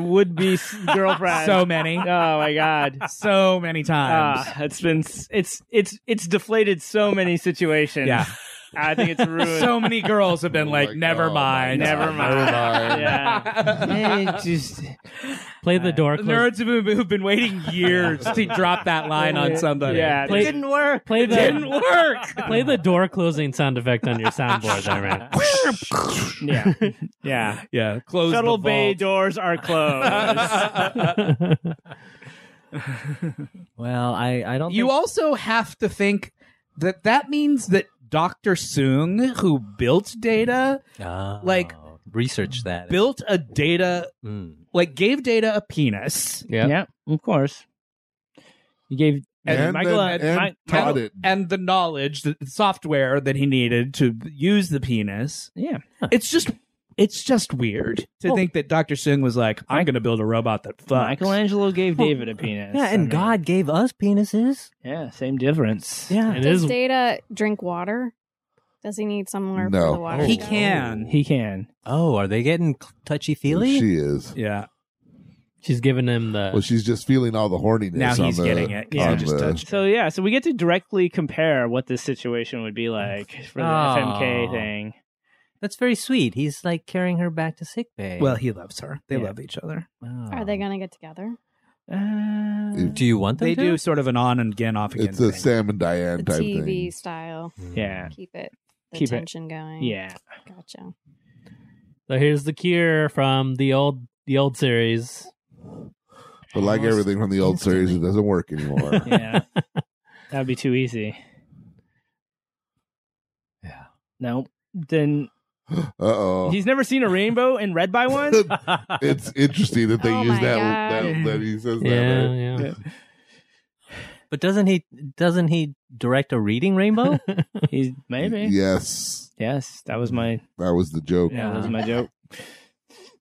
S4: would-be s- girlfriend?
S3: So many.
S4: oh my god.
S3: so many times.
S4: Ah, it's been s- it's it's it's deflated so many situations.
S3: yeah.
S4: I think it's ruined.
S3: So many girls have been
S1: Oh
S3: like,
S1: my
S3: never
S1: God,
S3: mind.
S1: my
S4: Never
S1: God,
S4: mind.
S1: Never mind.
S4: yeah, Uh, It just
S2: Play the door.
S3: The
S2: Close,
S3: Nerds have been, who've been waiting years to drop that line on somebody.
S4: Yeah,
S3: It
S2: Play-
S3: didn't work.
S2: play the
S3: Didn't work.
S2: play the door closing sound effect on your soundboard, there, man.
S4: yeah, yeah.
S3: Yeah, close
S4: Shuttle
S3: the
S4: bay
S3: vault.
S4: doors are closed.
S6: Well, I I don't.
S3: You
S6: think-
S3: also have to think that that means that Dr. Sung, who built data,
S6: Oh,
S3: like,
S1: Mm.
S6: research that.
S3: built a data,
S6: Mm.
S3: like gave data a penis.
S2: Yeah.
S4: of course. You gave
S1: And,
S4: and Michael
S1: then,
S4: uh,
S1: and
S4: Mi-
S1: taught
S4: Michael-
S1: it.
S3: And the knowledge, the the software that he needed to use the penis.
S4: Yeah,
S3: It's just, it's just weird to
S6: Well-
S3: think that Dr. Sung was like, I'm going to build a robot that fucks.
S4: Michelangelo gave
S6: Well,
S4: David a penis.
S6: Yeah,
S4: I
S6: and
S4: mean,
S6: God gave us penises.
S4: Yeah, same difference.
S6: Yeah,
S2: It
S5: Does
S2: is.
S5: Data drink water? Does he need somewhere
S1: No.
S5: for the water?
S3: He
S5: to go?
S3: can.
S4: He can.
S6: Oh, are they getting touchy feely?
S1: She is.
S3: Yeah.
S2: She's giving him the.
S1: Well, she's just feeling all the horniness.
S3: Now he's
S1: on the-
S3: getting it. Yeah,
S1: on
S3: just
S1: the-
S3: touched.
S4: So yeah, so we get to directly compare what this situation would be like for the
S6: Aw.
S4: FMK thing.
S6: That's very sweet. He's like carrying her back to sick bay.
S3: Well, he loves her. They
S4: Yeah.
S3: love each other.
S6: Wow.
S5: Are they gonna get together?
S4: Uh,
S6: Do you want them
S3: They
S6: to?
S3: do sort of an on and again, off again.
S1: It's a
S3: thing.
S1: Sam and Diane
S5: The
S1: type
S5: TV
S1: thing.
S5: style.
S4: yeah,
S5: Keep it. The
S4: Keep it.
S5: tension going.
S4: yeah.
S5: Gotcha.
S2: So here's the cure from the old the old series.
S1: But like
S6: Almost
S1: everything from the old series, it doesn't work anymore.
S4: Yeah. That'd be too easy.
S6: Yeah.
S4: No. Then
S1: uh oh.
S4: he's never seen a rainbow and read by one?
S1: It's interesting that they
S5: Oh
S1: use
S5: my
S1: that,
S5: God.
S1: that that he says that.
S2: Yeah,
S1: right?
S2: yeah.
S6: But doesn't he? Doesn't he direct a reading rainbow?
S4: He's maybe.
S1: Yes,
S4: Yes, that was my
S1: that was the joke.
S4: yeah, that was
S6: Yeah.
S4: my joke.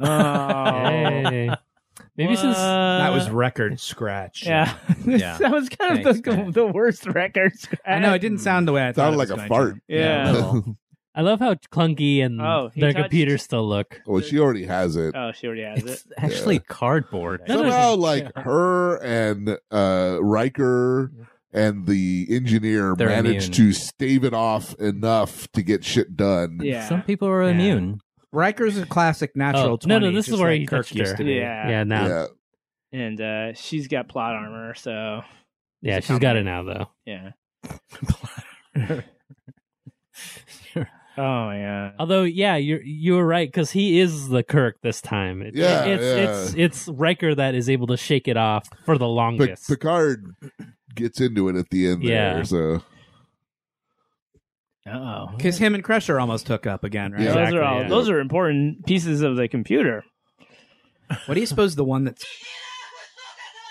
S4: Oh.
S2: Hey. Maybe since
S3: That was record scratch.
S4: yeah.
S6: Yeah.
S4: that was kind of
S6: Thanks,
S4: the,
S6: man.
S4: the worst record.
S3: I know it didn't sound the way I thought.
S1: Sounded
S3: it
S1: like
S3: was
S1: a
S3: going
S1: fart.
S3: to.
S4: Yeah.
S6: well,
S2: I love how clunky and
S4: Oh, he
S2: their
S4: touched-
S2: computers still look.
S1: Well, she already has it.
S4: Oh, she already has it.
S6: It's actually cardboard.
S2: No, no,
S1: Somehow,
S2: no.
S1: like her and uh, Riker and the engineer
S6: They're
S1: managed
S6: immune.
S1: to stave it off enough to get shit done.
S4: Yeah.
S6: Some people are
S3: Yeah.
S6: immune.
S3: Riker's a classic natural.
S2: Oh, no, no,
S3: 20,
S2: this is
S3: just
S2: where
S3: like
S2: he
S3: Kirk
S2: touched
S3: used
S2: her.
S3: to be.
S4: yeah.
S2: Yeah, now, yeah,
S1: Yeah.
S4: And uh, she's got plot armor, so
S2: yeah
S4: It's a
S2: she's got it now though.
S4: yeah. Oh my god.
S2: Although, yeah, you you were right because he is the Kirk this time. It-
S1: Yeah,
S2: it's,
S1: yeah.
S2: it's it's Riker that is able to shake it off for the
S1: Pic-
S2: longest.
S1: Picard gets into it at the end
S2: Yeah.
S1: there. So
S4: Oh.
S3: Because him and Crusher almost hook up again, right?
S1: Yeah.
S4: those
S2: Exactly,
S4: are all
S2: yeah.
S4: those are important pieces of the computer.
S3: What do you suppose the one that's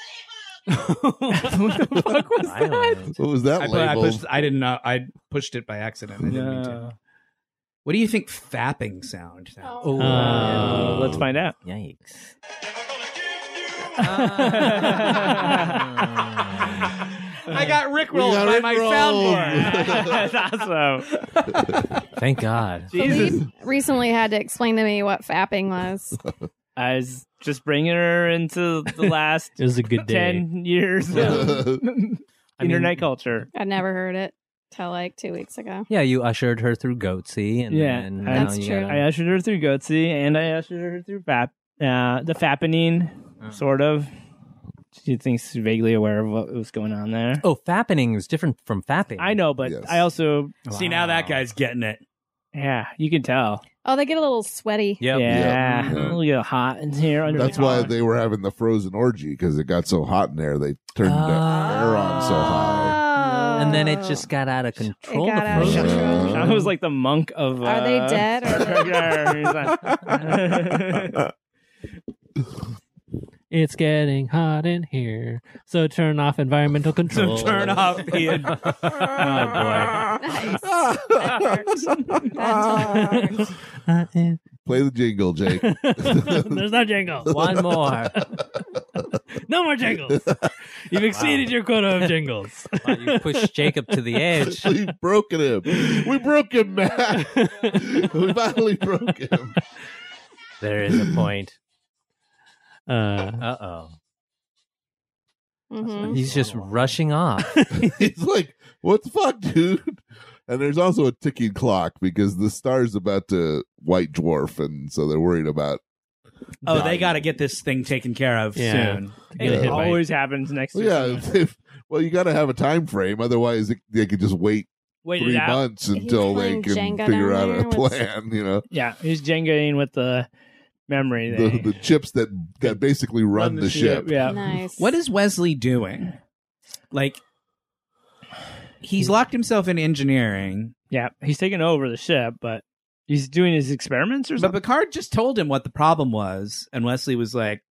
S2: what the fuck was
S6: Violent.
S1: what was that
S3: I, put- I
S1: label?
S3: pushed? I didn't know. I pushed it by accident. I didn't mean to. What do you think fapping sound? sounds?
S5: Oh.
S2: Oh.
S4: Uh, Let's find out.
S6: Yikes.
S3: I got
S1: We
S3: rickrolled
S1: got
S3: by my
S1: rickrolled.
S2: Oh.
S3: soundboard.
S4: That's awesome.
S6: Thank God.
S4: Jesus.
S5: Philippe recently had to explain to me what fapping was.
S4: I was just bringing her into the last
S2: It was a good day.
S4: 10 years of internet culture.
S5: I'd never heard it till like two weeks ago.
S6: Yeah, you ushered her through Goatsy, and
S4: Yeah,
S6: then
S4: I-
S6: now
S5: That's
S6: you
S5: true.
S6: gotta-
S4: I ushered her through Goatsy and I ushered her through Fap, uh, the Fappening,
S3: Oh.
S4: sort of. She thinks she's vaguely aware of what was going on there.
S6: oh, fappening is different from fapping.
S4: I know, but
S1: Yes.
S4: I also,
S3: See now that guy's getting it.
S4: yeah, you can tell.
S5: Oh, they get a little sweaty.
S6: Yep.
S4: Yeah,
S1: Yep.
S4: a little bit hot in here. Under
S1: That's
S4: the
S1: why
S4: collar.
S1: they were having the frozen orgy because it got so hot in there. They turned the air on so high.
S5: Oh.
S6: And then it just got out of
S5: It
S6: control.
S5: got
S6: the
S5: out of
S6: frozen.
S5: control.
S4: Sean was like the monk of. Uh,
S5: Are they dead
S4: Or...
S2: It's getting hot in here, so turn off environmental control.
S3: Turn off the.
S2: Oh,
S5: Nice. That works. That works.
S1: Play the jingle, Jake.
S2: There's no jingle.
S6: One more.
S2: No more jingles. You've exceeded your quota of jingles.
S6: Wow, you pushed Jacob to the edge.
S1: We've broken him. We broke him, Matt.
S2: Uh,
S1: we finally broke him.
S6: There is a point.
S2: Uh,
S6: Uh oh.
S5: Mhm.
S6: He's just rushing off.
S1: He's like, what the fuck, dude? And there's also a ticking clock because the star's about to white dwarf, and so they're worried about.
S3: oh, they got to get this thing taken care of
S2: Yeah.
S3: soon.
S2: Get a
S4: it
S2: hit by-
S4: always happens next
S1: Well,
S4: to
S1: yeah,
S4: someone.
S1: if, well, you got to have a time frame, otherwise it, they could just wait
S4: Wait
S1: three
S4: it out.
S1: months
S5: He's
S1: until they
S5: playing
S1: can
S5: Jenga
S1: figure
S5: down
S1: out
S5: there
S1: a
S5: with-
S1: plan. You know,
S4: Yeah, he's jengaing with the memory
S1: the,
S4: thing.
S1: the chips that that basically run, the, ship.
S4: Yeah.
S5: Nice.
S3: What is Wesley doing? Like,
S1: Hmm.
S3: he's locked himself in engineering,
S4: Yeah. He's taking over the ship, but he's doing his experiments or
S3: but
S4: something.
S3: Picard just told him what the problem was, and Wesley was like,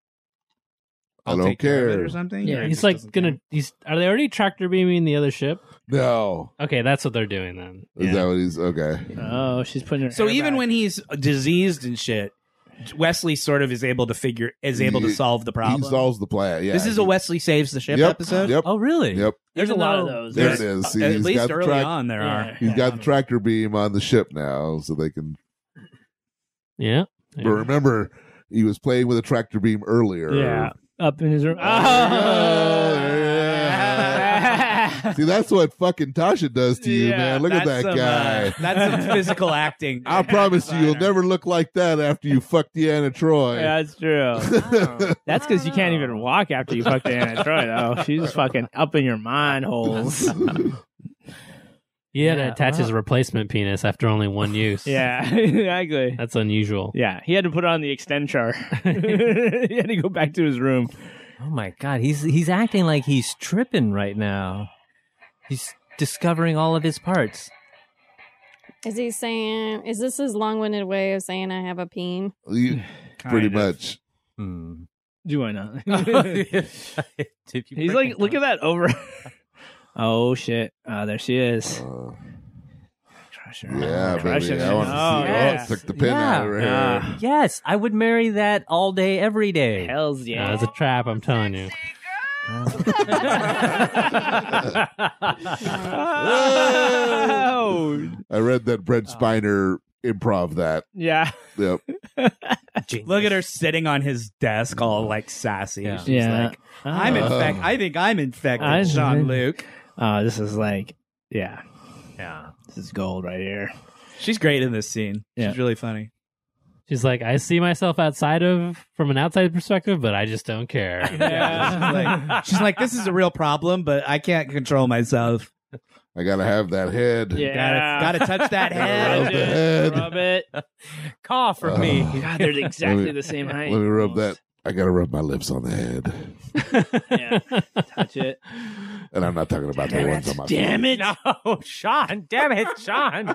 S1: I
S3: "I'll
S1: don't
S3: take care of it
S1: care.
S3: or something." Or it
S2: he's
S3: just
S2: like
S3: doesn't
S2: gonna.
S3: care?
S2: He's are they already tractor beaming the other ship?
S1: No,
S2: Okay, that's what they're doing then.
S1: is that what he's okay?
S4: oh, she's putting her.
S3: So
S4: hair
S3: even
S4: back.
S3: when he's diseased and shit, Wesley sort of is able to figure is able to
S1: He-
S3: solve the problem.
S1: He solves the plan. Yeah,
S3: this is a Wesley saves the ship
S1: Yep,
S3: episode.
S1: Yep,
S6: Oh, really?
S1: yep.
S4: there's a
S6: even
S4: lot of
S6: though-
S4: those.
S1: There
S4: right?
S1: it is. See,
S3: At
S1: he's
S3: least
S1: got the
S3: early
S1: track-
S3: on, there are.
S1: He's got the tractor beam on the ship now, so they can.
S2: Yeah.
S1: But remember, he was playing with a tractor beam earlier.
S4: Yeah. Up in his room.
S1: Oh, Yeah. See, that's what fucking Tasha does to you,
S4: Yeah,
S1: man. Look at that
S3: That's some,
S1: guy.
S3: uh, that's some physical acting.
S1: I promise you, you'll
S3: designer.
S1: never look like that after you fuck Deanna Troy.
S4: Yeah, that's true. That's because you can't even walk after you fucked Anna Troy, though. She's fucking up in your mind holes.
S2: He had
S6: Yeah,
S2: to attach his replacement penis after only one use.
S4: Yeah, exactly.
S2: That's unusual.
S4: Yeah, he had to put on the extension. he had to go back to his room.
S6: Oh my God, he's he's acting like he's tripping right now. He's discovering all of his parts.
S5: Is he saying? Is this his long-winded way of saying I have a peen?
S1: You- pretty much.
S6: Hmm.
S4: Do I not?
S6: He's
S4: He's like, look at that over. oh shit! Oh, there she is.
S1: Uh,
S4: Crusher.
S1: yeah,
S4: Crusher.
S1: baby. I want to
S4: Oh,
S1: see.
S4: yeah.
S1: Oh, it took the pin
S6: Yeah.
S1: out of her
S4: Yeah.
S1: hair.
S6: Yes, I would marry that all day, every day.
S1: Oh.
S4: Hell's
S2: Yeah,
S4: yeah.
S2: it's a trap. I'm telling you.
S6: Oh,
S4: oh,
S1: I read that Brent Spiner improv that.
S4: yeah.
S1: Yep.
S3: Look at her sitting on his desk, all like sassy.
S6: Yeah.
S3: She's
S4: Yeah.
S3: like, "I'm
S1: Uh.
S3: infected. I think I'm infected."
S4: I'm-
S3: Jean Luc.
S4: Oh, this is like, yeah,
S3: Yeah,
S4: this is gold right here.
S3: she's great in this scene.
S4: Yeah.
S3: She's really funny.
S2: She's like, I see myself outside of from an outside perspective, but I just don't care.
S3: She's, like, she's like, "This is a real problem, but I can't control myself.
S1: I gotta have that head.
S4: Yeah,
S3: Gotta, gotta touch that
S1: Rub
S3: head."
S1: the head.
S4: Rub it.
S2: Cough for
S1: Oh.
S2: me.
S4: God, they're exactly
S1: me-
S4: the same height.
S1: Let me rub that. I gotta rub my lips on the head,
S4: Yeah, touch it.
S1: and I'm not talking about the ones on my.
S4: Damn it!
S6: No, Sean. Damn it, Sean.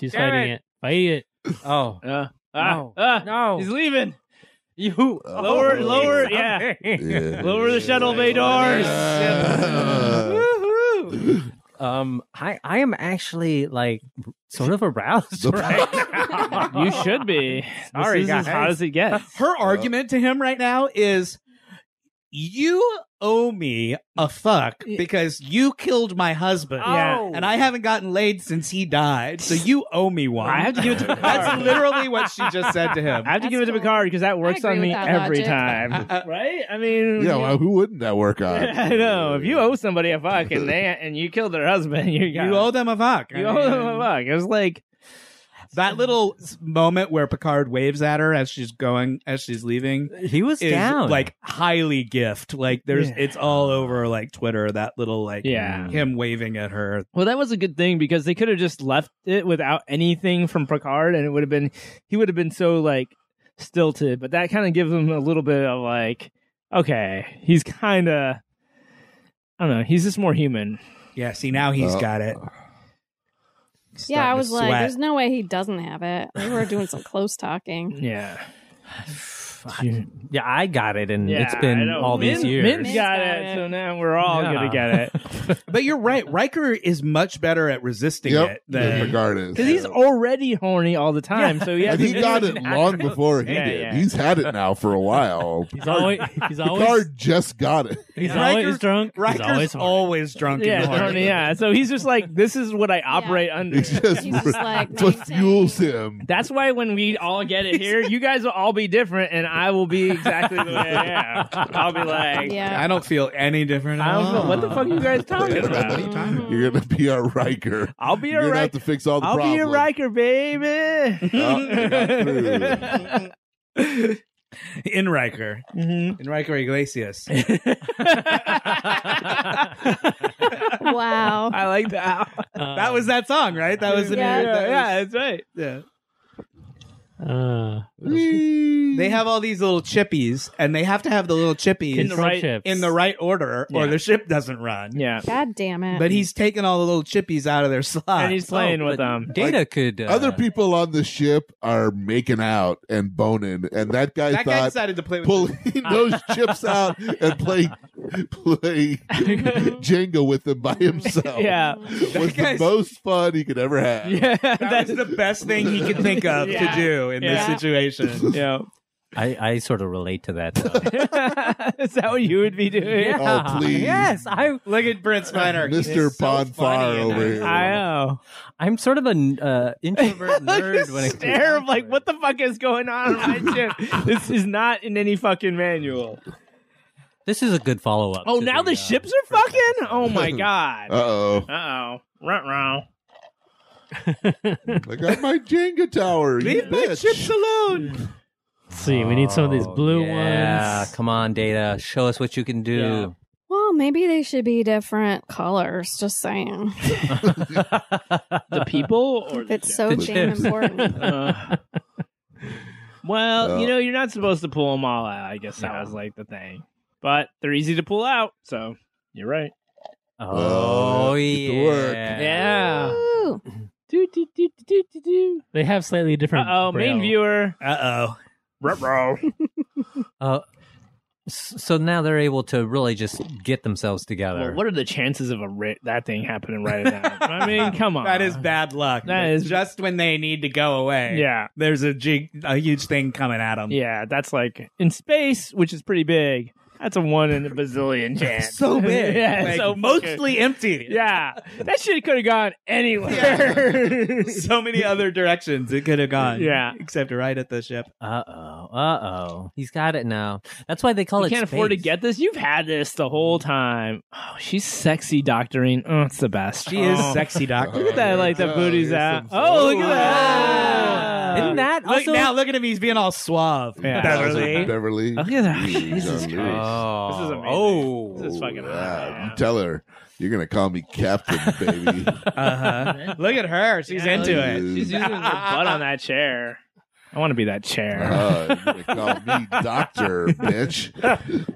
S2: She's
S6: Damn
S2: fighting it. Fight it.
S6: Oh.
S4: Uh,
S6: No.
S4: ah,
S6: No.
S4: he's leaving.
S6: You
S4: Lower,
S1: Oh.
S4: lower, yeah.
S1: Yeah.
S4: Lower the shuttle bay doors.
S1: Yeah.
S6: Um, I I am actually like sort of aroused
S1: The-
S6: right now.
S4: You should be.
S6: Sorry,
S4: this is as
S6: guys.
S4: hot as it gets.
S3: Her argument to him right now is, "You owe me a fuck because you killed my husband."
S6: Oh.
S4: Yeah.
S3: And I haven't gotten laid since he died, so you owe me one.
S4: I have to give it to Picard.
S3: That's literally what she just said to him.
S4: I have to
S5: That's
S4: give it to
S5: cool.
S4: Picard because that works
S5: agree
S4: on
S5: with
S4: me
S5: that
S4: every
S5: logic.
S4: time, right? I mean,
S1: Yeah, well, who wouldn't that work on?
S4: I know. If you owe somebody a fuck and they and you killed their husband, you got
S3: You owe them a fuck.
S4: you
S3: I
S4: owe
S3: mean,
S4: them a fuck. It was like
S3: That little s- moment where Picard waves at her as she's going, as she's leaving,
S6: he was
S3: is
S6: down.
S3: like highly gift. Like there's,
S4: Yeah.
S3: it's all over like Twitter. That little like
S4: Yeah.
S3: him waving at her.
S4: Well, that was a good thing because they could have just left it without anything from Picard, and it would have been he would have been so like stilted. But that kind of gives him a little bit of like, okay, he's kind of, I don't know, he's just more human.
S3: Yeah. See, now he's
S1: Uh,
S3: got it.
S5: yeah,
S3: Starting
S5: I
S3: to
S5: was like,
S3: sweat.
S5: there's no way he doesn't have it. We were doing some close talking.
S4: Yeah,
S6: yeah, I got it, and
S4: yeah,
S6: it's
S4: I
S6: been
S4: know.
S6: all these
S4: Min-
S6: years.
S4: Min's
S5: Min's
S4: got
S5: got
S4: it,
S5: it.
S4: so now we're all
S6: Yeah.
S4: gonna get it
S3: but you're right. Riker is much better at resisting
S1: Yep.
S3: it than
S1: Picard is.
S4: because he's already horny all the time. So yeah,
S1: And he got it long before he
S4: Yeah,
S1: did.
S4: yeah.
S1: He's had it now for a while.
S2: He's always he's always
S1: Picard just got it.
S2: he's
S3: Riker-
S2: always drunk.
S3: Riker's
S2: He's always
S3: always,
S2: horny.
S3: drunk.
S4: Yeah,
S3: and horny.
S4: horny, yeah. So he's just like, this is what I operate under.
S1: It's just,
S5: He's just like,
S1: it's what
S5: maintain.
S1: fuels him.
S4: That's why when we all get it here, you guys will all be different, and I will be exactly the way I am. I'll be like,
S5: Yeah.
S3: I don't feel any different.
S4: I
S3: at
S4: don't know
S3: all.
S4: what the fuck you guys talking about.
S1: You're gonna be our Riker.
S4: I'll be
S1: You're
S4: a
S1: gonna have
S4: Riker.
S1: to fix all the
S4: I'll
S1: problems.
S4: be a Riker, baby.
S1: Oh,
S3: In Riker.
S4: Mhm.
S3: In Riker Iglesias.
S5: Wow.
S4: I like that.
S2: Uh,
S3: that was that song, right? That was the
S5: Yeah.
S4: Yeah,
S3: that was-
S4: yeah, that's right.
S3: yeah.
S2: uh,
S3: They have all these little chippies, and they have to have the little chippies
S2: control
S3: in
S4: In
S3: the
S4: the
S3: right,
S4: right-
S2: chips.
S3: order, or
S4: Yeah.
S3: the ship doesn't run.
S4: Yeah,
S5: God damn it.
S3: But he's taking all the little chippies out of their slot.
S4: and he's playing
S6: Oh,
S4: with
S6: but
S4: them.
S6: Data could uh,
S1: Other people on the ship are making out and boning, and that guy
S3: that guy
S1: thought
S3: decided to play with.
S1: pulling those chips out and play play Jenga with them by himself.
S4: Yeah,
S1: was the
S3: guy's-
S1: most fun he could ever have.
S4: yeah,
S3: that
S4: that's
S3: was the best thing he could think of
S4: Yeah.
S3: to do in
S4: Yeah.
S3: this situation.
S4: yeah.
S6: I, I sort of relate to that. Though.
S4: Is that what you would be doing?
S1: Oh, please.
S6: Yes, I
S3: Look at Brent Spiner, He
S1: Mr.
S3: is so
S1: Bonfire
S3: funny in
S1: over
S3: it.
S1: here.
S4: I know.
S6: I'm sort of an uh, introvert nerd when it comes
S4: stare
S6: to
S4: of like, what the fuck is going on on my ship? This is not in any fucking manual.
S6: This is a good follow up.
S4: Oh, now the, ships are fucking. Oh my
S1: Uh
S4: god. Uh
S1: oh.
S4: oh. Runt round.
S1: I got my Jenga tower. you
S3: Leave my
S1: bitch.
S3: chips alone.
S2: let's see, we need some of these blue
S6: Oh, yeah.
S2: ones.
S6: come on, Data, show us what you can do.
S5: well, maybe they should be different colors. Just saying.
S4: The people or
S5: It's so
S6: The
S5: damn
S6: chips.
S5: important.
S4: Uh, well,
S1: Uh.
S4: you know, you're not supposed to pull them all out. I guess that was like the thing, but they're easy to pull out. So you're right.
S6: Oh,
S1: Uh, get to work.
S3: Uh,
S6: yeah.
S4: Yeah.
S5: Ooh.
S4: Do do do do do do.
S2: They have slightly
S4: Uh
S2: different.
S4: oh, main
S2: braille.
S4: viewer.
S3: Uh oh.
S4: Runt row.
S6: Uh, s- so now they're able to really just get themselves together.
S4: Well, what are the chances of a ri- that thing happening right now? I mean, come on.
S3: That is bad luck.
S4: That
S3: But
S4: is-
S3: just when they need to go away.
S4: Yeah.
S3: there's a jig, a huge thing coming at them.
S4: Yeah, that's like in space, which is pretty big. That's a one in a bazillion chance.
S3: so big.
S4: yeah,
S3: Like,
S4: so
S3: mostly empty.
S4: Yeah, that shit could have gone anywhere.
S3: so many other directions it could have gone.
S4: Yeah.
S3: Except right at the ship.
S6: Uh oh. Uh oh. He's got it now. That's why they call
S4: you
S6: it.
S4: can't afford to
S6: space.
S4: get this. You've had this the whole time. Oh, she's sexy doctoring. Oh, it's the best.
S3: She is
S4: Oh.
S3: sexy doctor.
S4: Look at that, like the
S1: Oh,
S4: booty's
S1: here's
S4: out.
S1: some-
S4: Oh, look at
S6: Wow.
S4: that.
S6: Isn't that
S3: Look
S6: also?
S3: now, look at him. He's being all suave.
S4: Yeah.
S3: Beverly. Oh,
S1: Beverly.
S4: Look at her.
S1: Jeez,
S4: Jesus
S1: Jeez.
S4: Christ.
S6: Oh.
S4: This is amazing.
S6: Oh.
S4: This is fucking
S1: Oh,
S4: hot.
S1: yeah. You tell her you're gonna call me Captain, baby.
S3: Uh-huh. look at her. She's
S4: Yeah,
S3: into
S1: look-
S3: it.
S4: She's using her butt on that chair. I want to be that chair.
S1: Uh, you're gonna call me Doctor, bitch.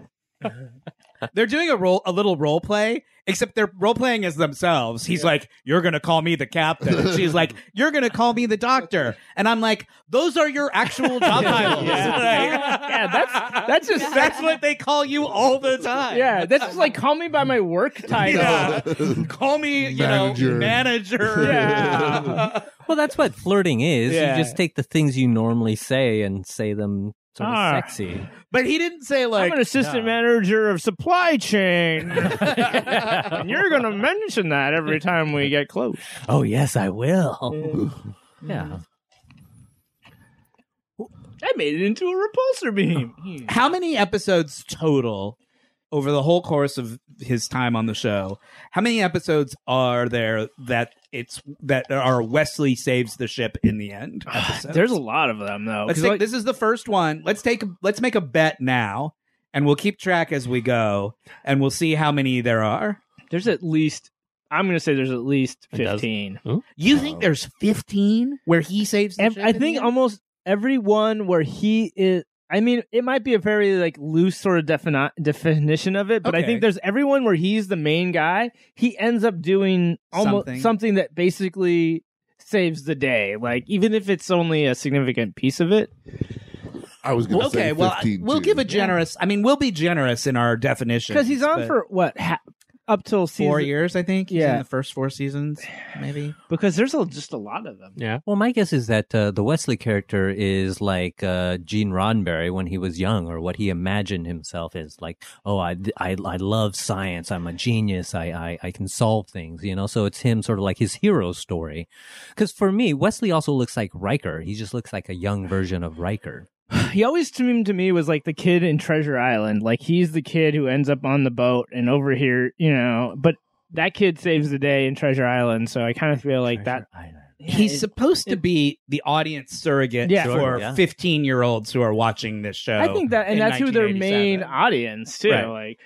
S3: They're doing a role, a little role play, except they're role playing as themselves. He's like, "You're gonna call me the captain." And she's like, "You're gonna call me the doctor." And I'm like, "Those are your actual job titles."
S4: Yeah.
S3: Like,
S4: Yeah, that's that's just
S3: that's what they call you all the time.
S4: yeah. That's just like call me by my work title.
S3: Yeah. Call me, you
S1: Manager.
S3: know, manager.
S4: Yeah.
S6: Well, that's what flirting is.
S4: Yeah.
S6: You just take the things you normally say and say them sort of
S4: Ah.
S6: sexy.
S3: But he didn't say like
S4: I'm an
S6: yeah.
S4: assistant manager of supply chain. and you're going to mention that every time we get close.
S6: Oh yes, I will. yeah.
S4: I made it into a repulsor beam.
S3: how many episodes total over the whole course of his time on the show? How many episodes are there that it's that are Wesley saves the ship in the end? episodes?
S4: Ah, There's a lot of them though.
S3: Let's
S4: 'cause,
S3: take,
S4: like,
S3: this is the first one. Let's take let's make a bet now, and we'll keep track as we go, and we'll see how many there are.
S4: there's at least I'm going to say there's at least
S6: A dozen.
S4: 15.
S3: You
S1: Oh.
S3: think there's fifteen where he saves? The
S4: Ev-
S3: ship
S4: I
S3: in the
S4: think
S3: end?
S4: almost every one where he is. I mean, it might be a very like loose sort of defini- definition of it, but I
S3: Okay.
S4: think there's everyone where he's the main guy. He ends up doing almost
S3: Something.
S4: something, that basically saves the day. Like even if it's only a significant piece of it.
S1: I was gonna say
S3: Okay, well,
S1: 15
S3: we'll
S1: too.
S3: give a generous. I mean, we'll be generous in our definition
S4: Because he's on
S3: but-
S4: for what ha- up till season.
S3: four years, I think. He's
S4: Yeah.
S3: in the first four seasons, maybe.
S4: Because there's a, just a lot of them.
S2: Yeah.
S6: Well, my guess is that uh, the Wesley character is like uh, Gene Roddenberry when he was young, or what he imagined himself is like. Oh, I, I, I love science. I'm a genius. I, I, I can solve things. You know, so it's him sort of like his hero story. Because for me, Wesley also looks like Riker. He just looks like a young version of Riker.
S4: He always to me, to me was like the kid in Treasure Island. Like he's the kid who ends up on the boat and over here, you know. But that kid saves the day in Treasure Island, so I kind of feel like that.
S6: Treasure Island.
S3: He's supposed to be the audience surrogate
S4: Yeah.
S6: Sure,
S3: for
S6: yeah.
S3: 15 year olds who are watching this show.
S4: I think that, and
S3: in
S4: that's who their main
S3: 1987.
S4: audience too.
S3: Right.
S4: Like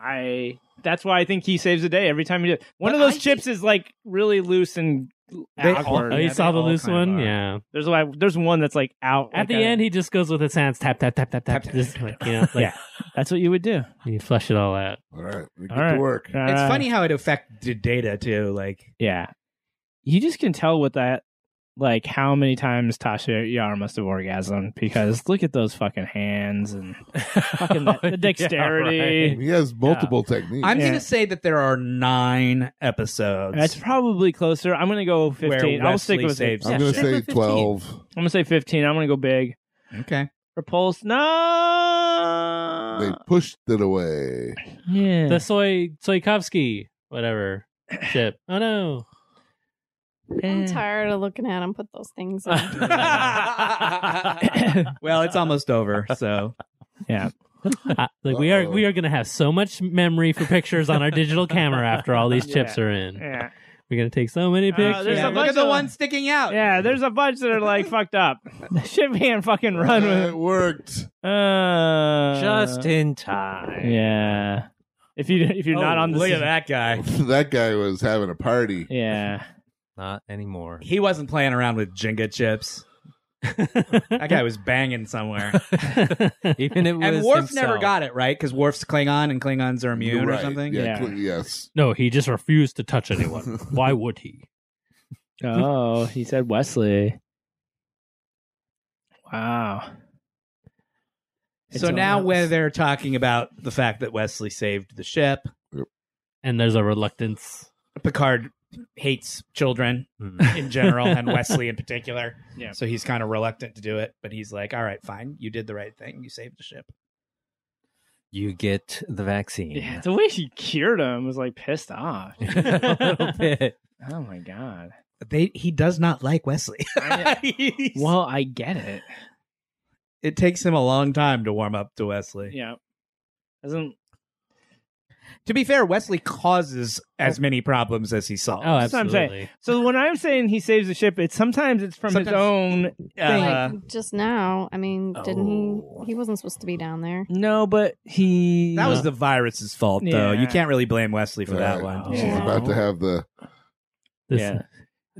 S4: I, that's why I think he saves the day every time he does. One
S3: But
S4: of those
S3: I
S4: chips is like really loose and
S3: They
S4: awkward.
S2: Oh, you
S3: Yeah,
S2: saw
S3: they
S2: the
S3: all
S2: loose
S3: kind of
S2: one?
S3: are.
S2: Yeah.
S4: There's like there's one that's like out
S2: At the end, he just goes with his hands tap, tap, tap, tap, tap.
S3: Tap,
S2: Just like, you know, like,
S4: Yeah. That's what you would do.
S2: you flush it all out.
S1: All right, we get
S4: All right.
S1: to work.
S3: It's
S4: Uh,
S3: funny how it affected data, too. Like,
S4: Yeah. You just can tell with that, like, how many times Tasha Yar must have orgasmed because look at those fucking hands and fucking the, the dexterity.
S1: He has multiple techniques.
S3: I'm
S4: Yeah.
S3: going to say that there are nine episodes.
S4: That's probably closer. I'm going to go 15.
S3: Where
S4: I'll stick
S3: Wesley
S4: with
S3: saves
S4: saves.
S1: I'm
S4: I'm
S6: Yeah,
S1: gonna
S6: stick
S1: say
S6: with 15.
S1: twelve.
S4: going to say 15. I'm going to go big.
S3: okay.
S4: Repulse. No.
S1: They pushed it away.
S4: yeah.
S2: The soy, Soykovsky, whatever ship. Oh, no.
S5: I'm tired of looking at him put those things in.
S3: well, it's almost over. So,
S2: Uh, like we are
S1: Uh-oh.
S2: we are going to have so much memory for pictures on our digital camera after all these chips are in.
S4: yeah.
S2: We're going to take so many
S4: Uh,
S2: pictures.
S4: There's
S3: yeah,
S4: a
S3: look
S4: bunch
S3: at the
S4: of-
S3: one sticking out.
S4: Yeah, there's a bunch that are like fucked up. The ship can't fucking run with
S1: It worked.
S4: Uh, ah,
S6: Just in time.
S4: Yeah. If you if you're not
S3: Oh,
S4: on the
S3: look
S4: s-
S3: at that guy.
S1: that guy was having a party.
S4: Yeah.
S6: Not anymore.
S3: He wasn't playing around with Jenga chips. That guy was banging somewhere.
S6: Even if
S3: and
S6: it was
S3: Worf never
S6: himself.
S3: got it right because Worf's Klingon and Klingons are immune
S1: You're
S3: or
S1: right.
S3: something.
S1: Yeah.
S4: Yeah.
S1: cl- yes.
S2: no, he just refused to touch anyone. Why would he?
S4: Oh, he said Wesley. Wow.
S3: So
S4: It's
S3: now
S4: all-
S3: where they're talking about the fact that Wesley saved the ship,
S2: And there's a reluctance.
S3: Picard hates children
S6: Mm.
S3: in general and Wesley in particular.
S4: Yeah.
S3: So he's kind of reluctant to do it, but he's like, "All right, fine, you did the right thing. You saved the ship."
S6: you get the vaccine.
S4: Yeah, the way she cured him was like pissed off.
S6: a little bit.
S4: Oh my god.
S3: They he does not like Wesley. He's-
S4: Well, I get it.
S3: it takes him a long time to warm up to Wesley.
S4: Yeah. Doesn't
S3: To be fair, Wesley causes as many problems as he solves.
S2: Oh,
S4: That's what I'm saying.
S2: absolutely.
S4: so when I'm saying he saves the ship, it's sometimes it's from his
S3: Sometimes-
S4: own
S3: Uh,
S5: like just now. I mean, didn't
S6: Oh.
S5: he? He wasn't supposed to be down there.
S4: No, but he
S3: that was the virus's fault, though. You
S4: Yeah.
S3: can't really blame Wesley for that
S1: Uh,
S3: one.
S1: She's
S4: Yeah.
S1: about to have the.
S2: This-
S4: Yeah.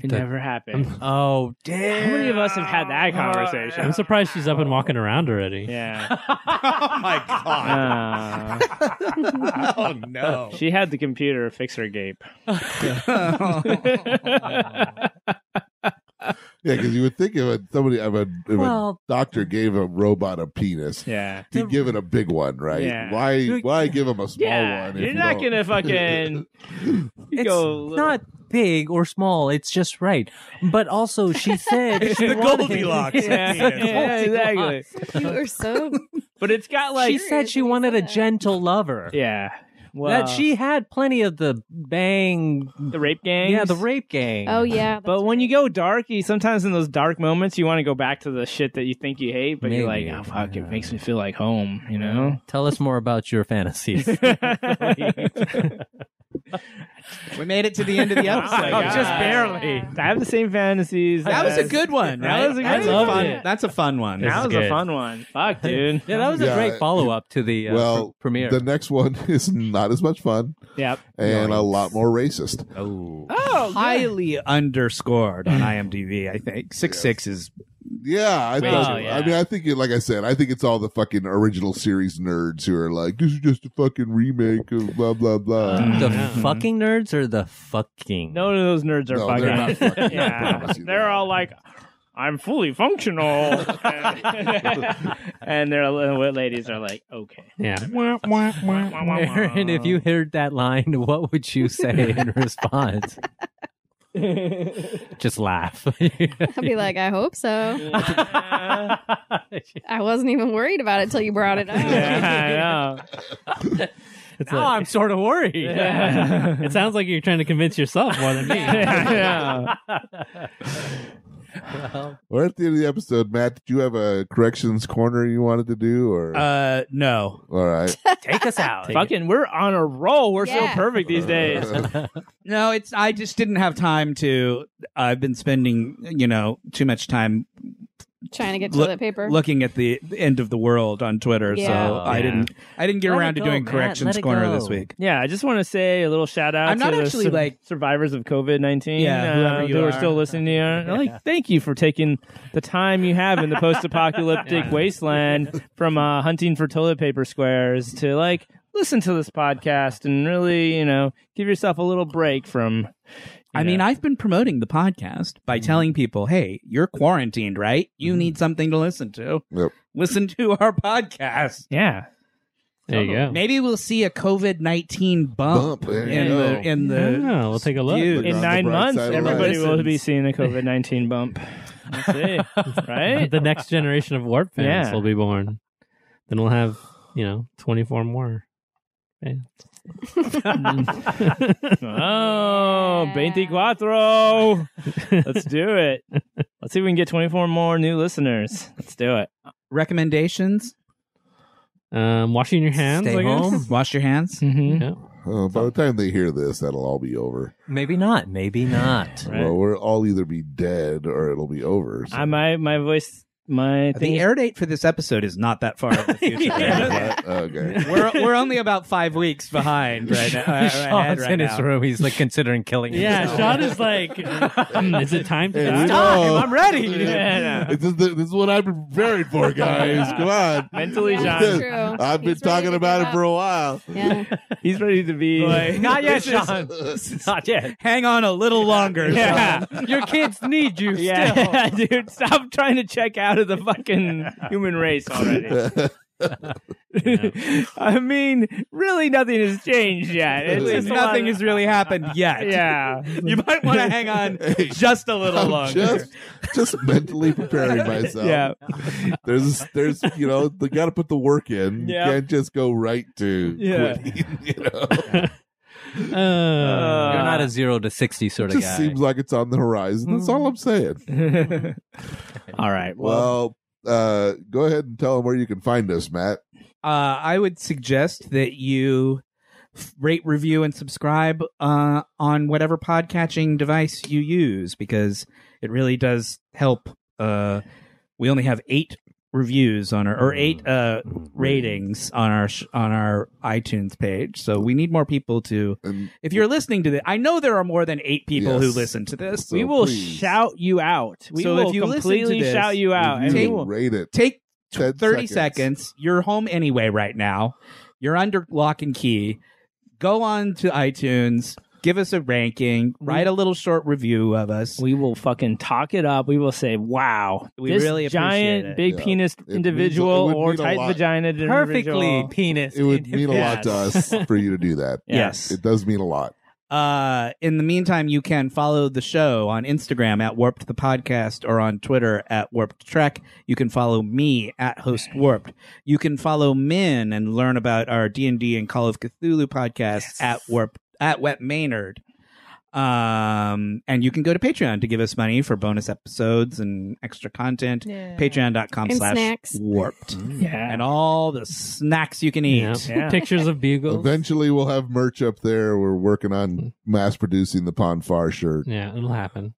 S4: It
S6: the-
S4: never happened.
S6: Oh, damn.
S4: How many of us have had that conversation?
S2: I'm surprised she's up and walking around already.
S4: Yeah.
S3: oh my
S4: Uh,
S3: oh no.
S4: she had the computer fix her gape.
S1: Yeah, because you would think if a, somebody, if a, if
S6: Well-
S1: a doctor gave a robot a penis,
S4: yeah.
S1: he'd give it a big one, right?
S4: Yeah.
S1: Why?
S6: You-
S1: Why give him a small
S4: Yeah,
S1: one? if
S4: you're
S1: you
S4: not
S1: don't-
S4: gonna fucking-
S6: It's
S4: Go a little-
S6: not big or small. It's just right. But also, she said
S3: It's
S6: she
S3: the
S6: wanted-
S3: Goldilocks.
S6: Yeah,
S3: Yeah,
S4: yeah, exactly.
S5: You are so
S4: But it's got
S6: She
S4: like
S6: said she wanted a gentle lover.
S4: yeah. Well,
S6: That she had plenty of the bang.
S4: the rape gang.
S6: Yeah, the rape gang.
S5: Oh yeah. that's
S4: But when you
S5: right.
S4: go dark, you sometimes in those dark moments you want to go back to the shit that you think you hate, but you're like,
S6: Maybe.
S4: oh fuck, it makes me feel like home, you know?
S6: Tell us more about your fantasies.
S3: we made it to the end of the
S4: Wow,
S3: episode.
S4: my God.
S3: Just barely.
S5: Yeah.
S4: I have the same fantasies.
S3: That was a
S4: as-
S3: good one,
S4: That
S3: right?
S4: was a
S3: That's
S4: good
S2: one.
S3: fun.
S2: Yeah.
S3: That's a fun one.
S2: This
S4: That
S2: is
S4: was
S2: good.
S4: a fun one. Fuck, dude.
S6: yeah, that was a
S1: Yeah,
S6: great
S1: it-
S6: follow up to the uh,
S1: well,
S6: pre- premiere.
S1: The next one is not as much fun
S4: Yep.
S1: and a
S6: Yikes.
S1: lot more racist.
S6: oh.
S4: Oh,
S3: highly underscored on IMDb. I think six six is
S1: Yeah, I
S2: Way
S1: thought.
S2: too
S1: I
S2: much.
S1: mean, I think, it, like I said, I think it's all the fucking original series nerds who are like, "This is just a fucking remake of blah blah blah."
S6: the
S2: yeah.
S6: fucking nerds or the fucking?
S4: None of those nerds are
S1: No,
S4: fucking.
S1: they're not fucking. I
S4: yeah.
S1: promise you
S4: They're
S1: that.
S4: all like, I'm fully functional. and their little ladies are like, okay.
S2: Yeah.
S6: Aaron, if you heard that line, what would you say in response? Just laugh.
S5: I'd be like, I hope so.
S4: yeah,
S5: I wasn't even worried about it till you brought it up.
S4: I know.
S2: It's
S4: Oh,
S6: now
S2: like-
S6: I'm sort of worried.
S4: Yeah.
S2: it sounds like you're trying to convince yourself more than me.
S4: Yeah, I know.
S1: We're at the end of the episode, Matt. Did you have a corrections corner you wanted to do, or
S3: uh no.
S1: all right?
S6: Take us out.
S4: Fucking, we're on a roll. We're
S5: Yeah.
S4: so perfect these days.
S3: No, it's I just didn't have time to I've been spending, you know, too much time
S5: Trying to get
S3: Look-
S5: toilet paper.
S3: looking at the end of the world on Twitter, so
S2: Oh,
S5: Yeah.
S3: I
S6: Yeah.
S3: didn't I didn't get
S6: Let
S3: around to
S6: it go,
S3: doing
S6: Matt. Let
S3: corrections
S6: it
S3: corner
S6: go.
S3: this week.
S4: Yeah, I just want to say a little shout out.
S3: I'm not
S4: to the
S3: actually,
S4: sur-
S3: like-
S4: survivors of COVID nineteen. uh,
S3: Yeah, whoever you
S4: who are,
S3: are.
S4: still listening to you. Like, thank you for taking the time you have in the post-apocalyptic wasteland from uh, hunting for toilet paper squares to like listen to this podcast and really, you know, give yourself a little break from.
S3: I mean, I've been promoting the podcast by
S2: Mm-hmm.
S3: telling people, "Hey, you're quarantined, right? You need something to listen to.
S1: Yep.
S3: Listen to our podcast.
S4: yeah,
S2: there you go.
S3: Maybe we'll see a COVID nineteen bump,
S1: Bump, there you
S3: in the
S1: go.
S3: in the
S2: Yeah, we'll take a look.
S3: Dude,
S1: Look
S4: in
S1: on the
S4: nine
S1: bright
S4: months,
S1: side of
S4: everybody
S1: life.
S4: will be seeing a COVID nineteen bump. We'll see. right?
S2: the next generation of warp fans
S4: Yeah.
S2: will be born. Then we'll have, you know, 24 more. fans.
S4: Oh,
S5: Yeah.
S4: 24. Let's do it. Let's see if we can get 24 more new listeners. Let's do it.
S3: recommendations.
S2: um, washing your hands,
S6: Stay
S2: I guess.
S6: home.
S3: Wash your hands.
S4: Mm-hmm.
S2: Yeah.
S1: Uh, by the time they hear this, that'll all be over.
S6: Maybe not. Maybe not.
S4: Right.
S1: Well, we'll all either be dead or it'll be over. so-
S4: I, my, my voice, my
S3: The
S4: thing.
S3: air date for this episode is not that far in the future.
S1: What? okay.
S3: We're we're only about five weeks behind right now. uh, ahead
S6: Sean's
S3: right
S6: in
S3: now.
S6: his room. He's like considering killing
S2: yeah,
S6: himself.
S2: Sean is like, "Hmm, is it time to
S1: Hey,
S2: die?
S1: we
S4: Time,
S1: know.
S4: I'm ready.
S1: Yeah. This, is the, this is what I've been preparing for, guys. Come on.
S4: Mentally,
S5: Yeah,
S4: John.
S5: that's true.
S1: I've been
S5: He's ready
S1: talking
S5: to
S1: about
S5: give
S1: it for
S5: up.
S1: a while.
S5: Yeah.
S4: He's ready to be.
S3: Not yet, Sean.
S4: Not yet.
S3: Hang on a little longer.
S4: Yeah.
S6: Your kids need you
S4: Yeah, dude, stop trying to check out of the fucking human race already. I mean, really, nothing has changed yet. It's
S1: Really
S4: just a lot
S3: Nothing
S4: of-
S3: has really happened yet.
S4: Yeah,
S3: You might want to hang on
S1: Hey,
S3: just a little
S1: I'm
S3: longer.
S1: just, just mentally preparing myself.
S4: yeah.
S1: There's, there's, you know, they got to put the work in.
S4: Yeah.
S1: You can't just go right to
S4: Yeah.
S1: quitting, you know,
S2: Uh,
S6: You're
S3: uh,
S6: not a zero to sixty
S1: it
S6: sort of guy.
S1: just seems like it's on the horizon. That's
S3: Mm.
S1: all I'm saying.
S4: All right. Well,
S1: Well, uh, go ahead and tell them where you can find us, Matt.
S3: uh, I would suggest that you f- rate, review, and subscribe uh, on whatever podcatching device you use because it really does help. Uh, we only have eight reviews on our or eight uh, ratings on our sh- on our iTunes page, so we need more people to.
S1: And
S3: If you're listening to this, I know there are more than eight people who
S1: Yes.
S3: listen to this.
S1: So
S4: we will
S1: please.
S4: shout you out. We
S3: So
S4: will
S3: if you listen to
S4: completely
S3: this,
S4: shout you out. and we
S1: review,
S4: will-
S1: rate it.
S3: Take
S1: 10
S3: 30 seconds. You're home anyway right now. You're under lock and key. Go on to iTunes. Give us a ranking. Write a little short review of us.
S4: we will fucking talk it up. We will say, "Wow,
S3: We
S4: this
S3: really appreciate
S4: giant,
S3: it."
S4: big
S1: Yeah.
S4: penis
S1: means-
S4: individual
S1: it would
S4: or
S1: mean a
S4: tight
S1: lot.
S4: vagina
S3: Perfectly.
S6: penis.
S1: It would mean a lot to us for you to do that.
S3: Yes.
S1: It does mean a lot.
S3: Uh, in the meantime, you can follow the show on Instagram at Warped the Podcast or on Twitter at Warped Trek. You can follow me at Host Warped. You can follow Min and learn about our D and D and Call of Cthulhu podcast at Warp at Wet Maynard. Um, and you can go to Patreon to give us money for bonus episodes and extra content.
S5: Yeah.
S3: Patreon.com
S5: And
S3: slash
S5: snacks.
S3: warped.
S6: Mm.
S4: Yeah.
S3: And all the snacks you can eat.
S2: yeah.
S4: Yeah.
S2: Pictures of bugles.
S1: Eventually, we'll have merch up there. We're working on mass producing the Ponfar shirt.
S2: Yeah, it'll happen.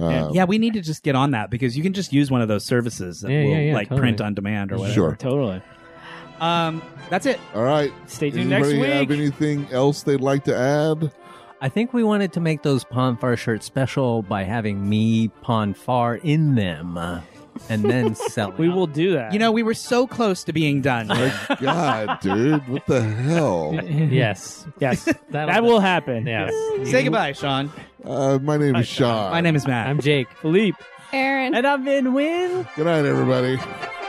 S1: Uh,
S3: yeah, we need to just get on that because you can just use one of those services that
S2: Yeah,
S3: will
S2: yeah, yeah,
S3: like
S2: totally.
S3: print on demand or whatever.
S1: Sure.
S4: Totally.
S3: Um, that's it.
S1: All right.
S4: Stay tuned next
S1: Anybody
S4: week.
S1: have anything else they'd like to add?
S6: I think we wanted to make those Pon Far shirts special by having me Pon Far in them, uh, and then sell.
S4: we will do that.
S3: You know, we were so close to being done.
S1: My God, dude, what the hell?
S2: Yes.
S4: yes,
S2: That'll-
S4: that will happen.
S2: Yes.
S3: Say goodbye, Sean.
S1: Uh, my name is Sean.
S3: My name is Matt.
S2: I'm Jake.
S4: Philippe
S5: Aaron.
S4: and I'm in win.
S1: Good night, everybody.
S5: Bye.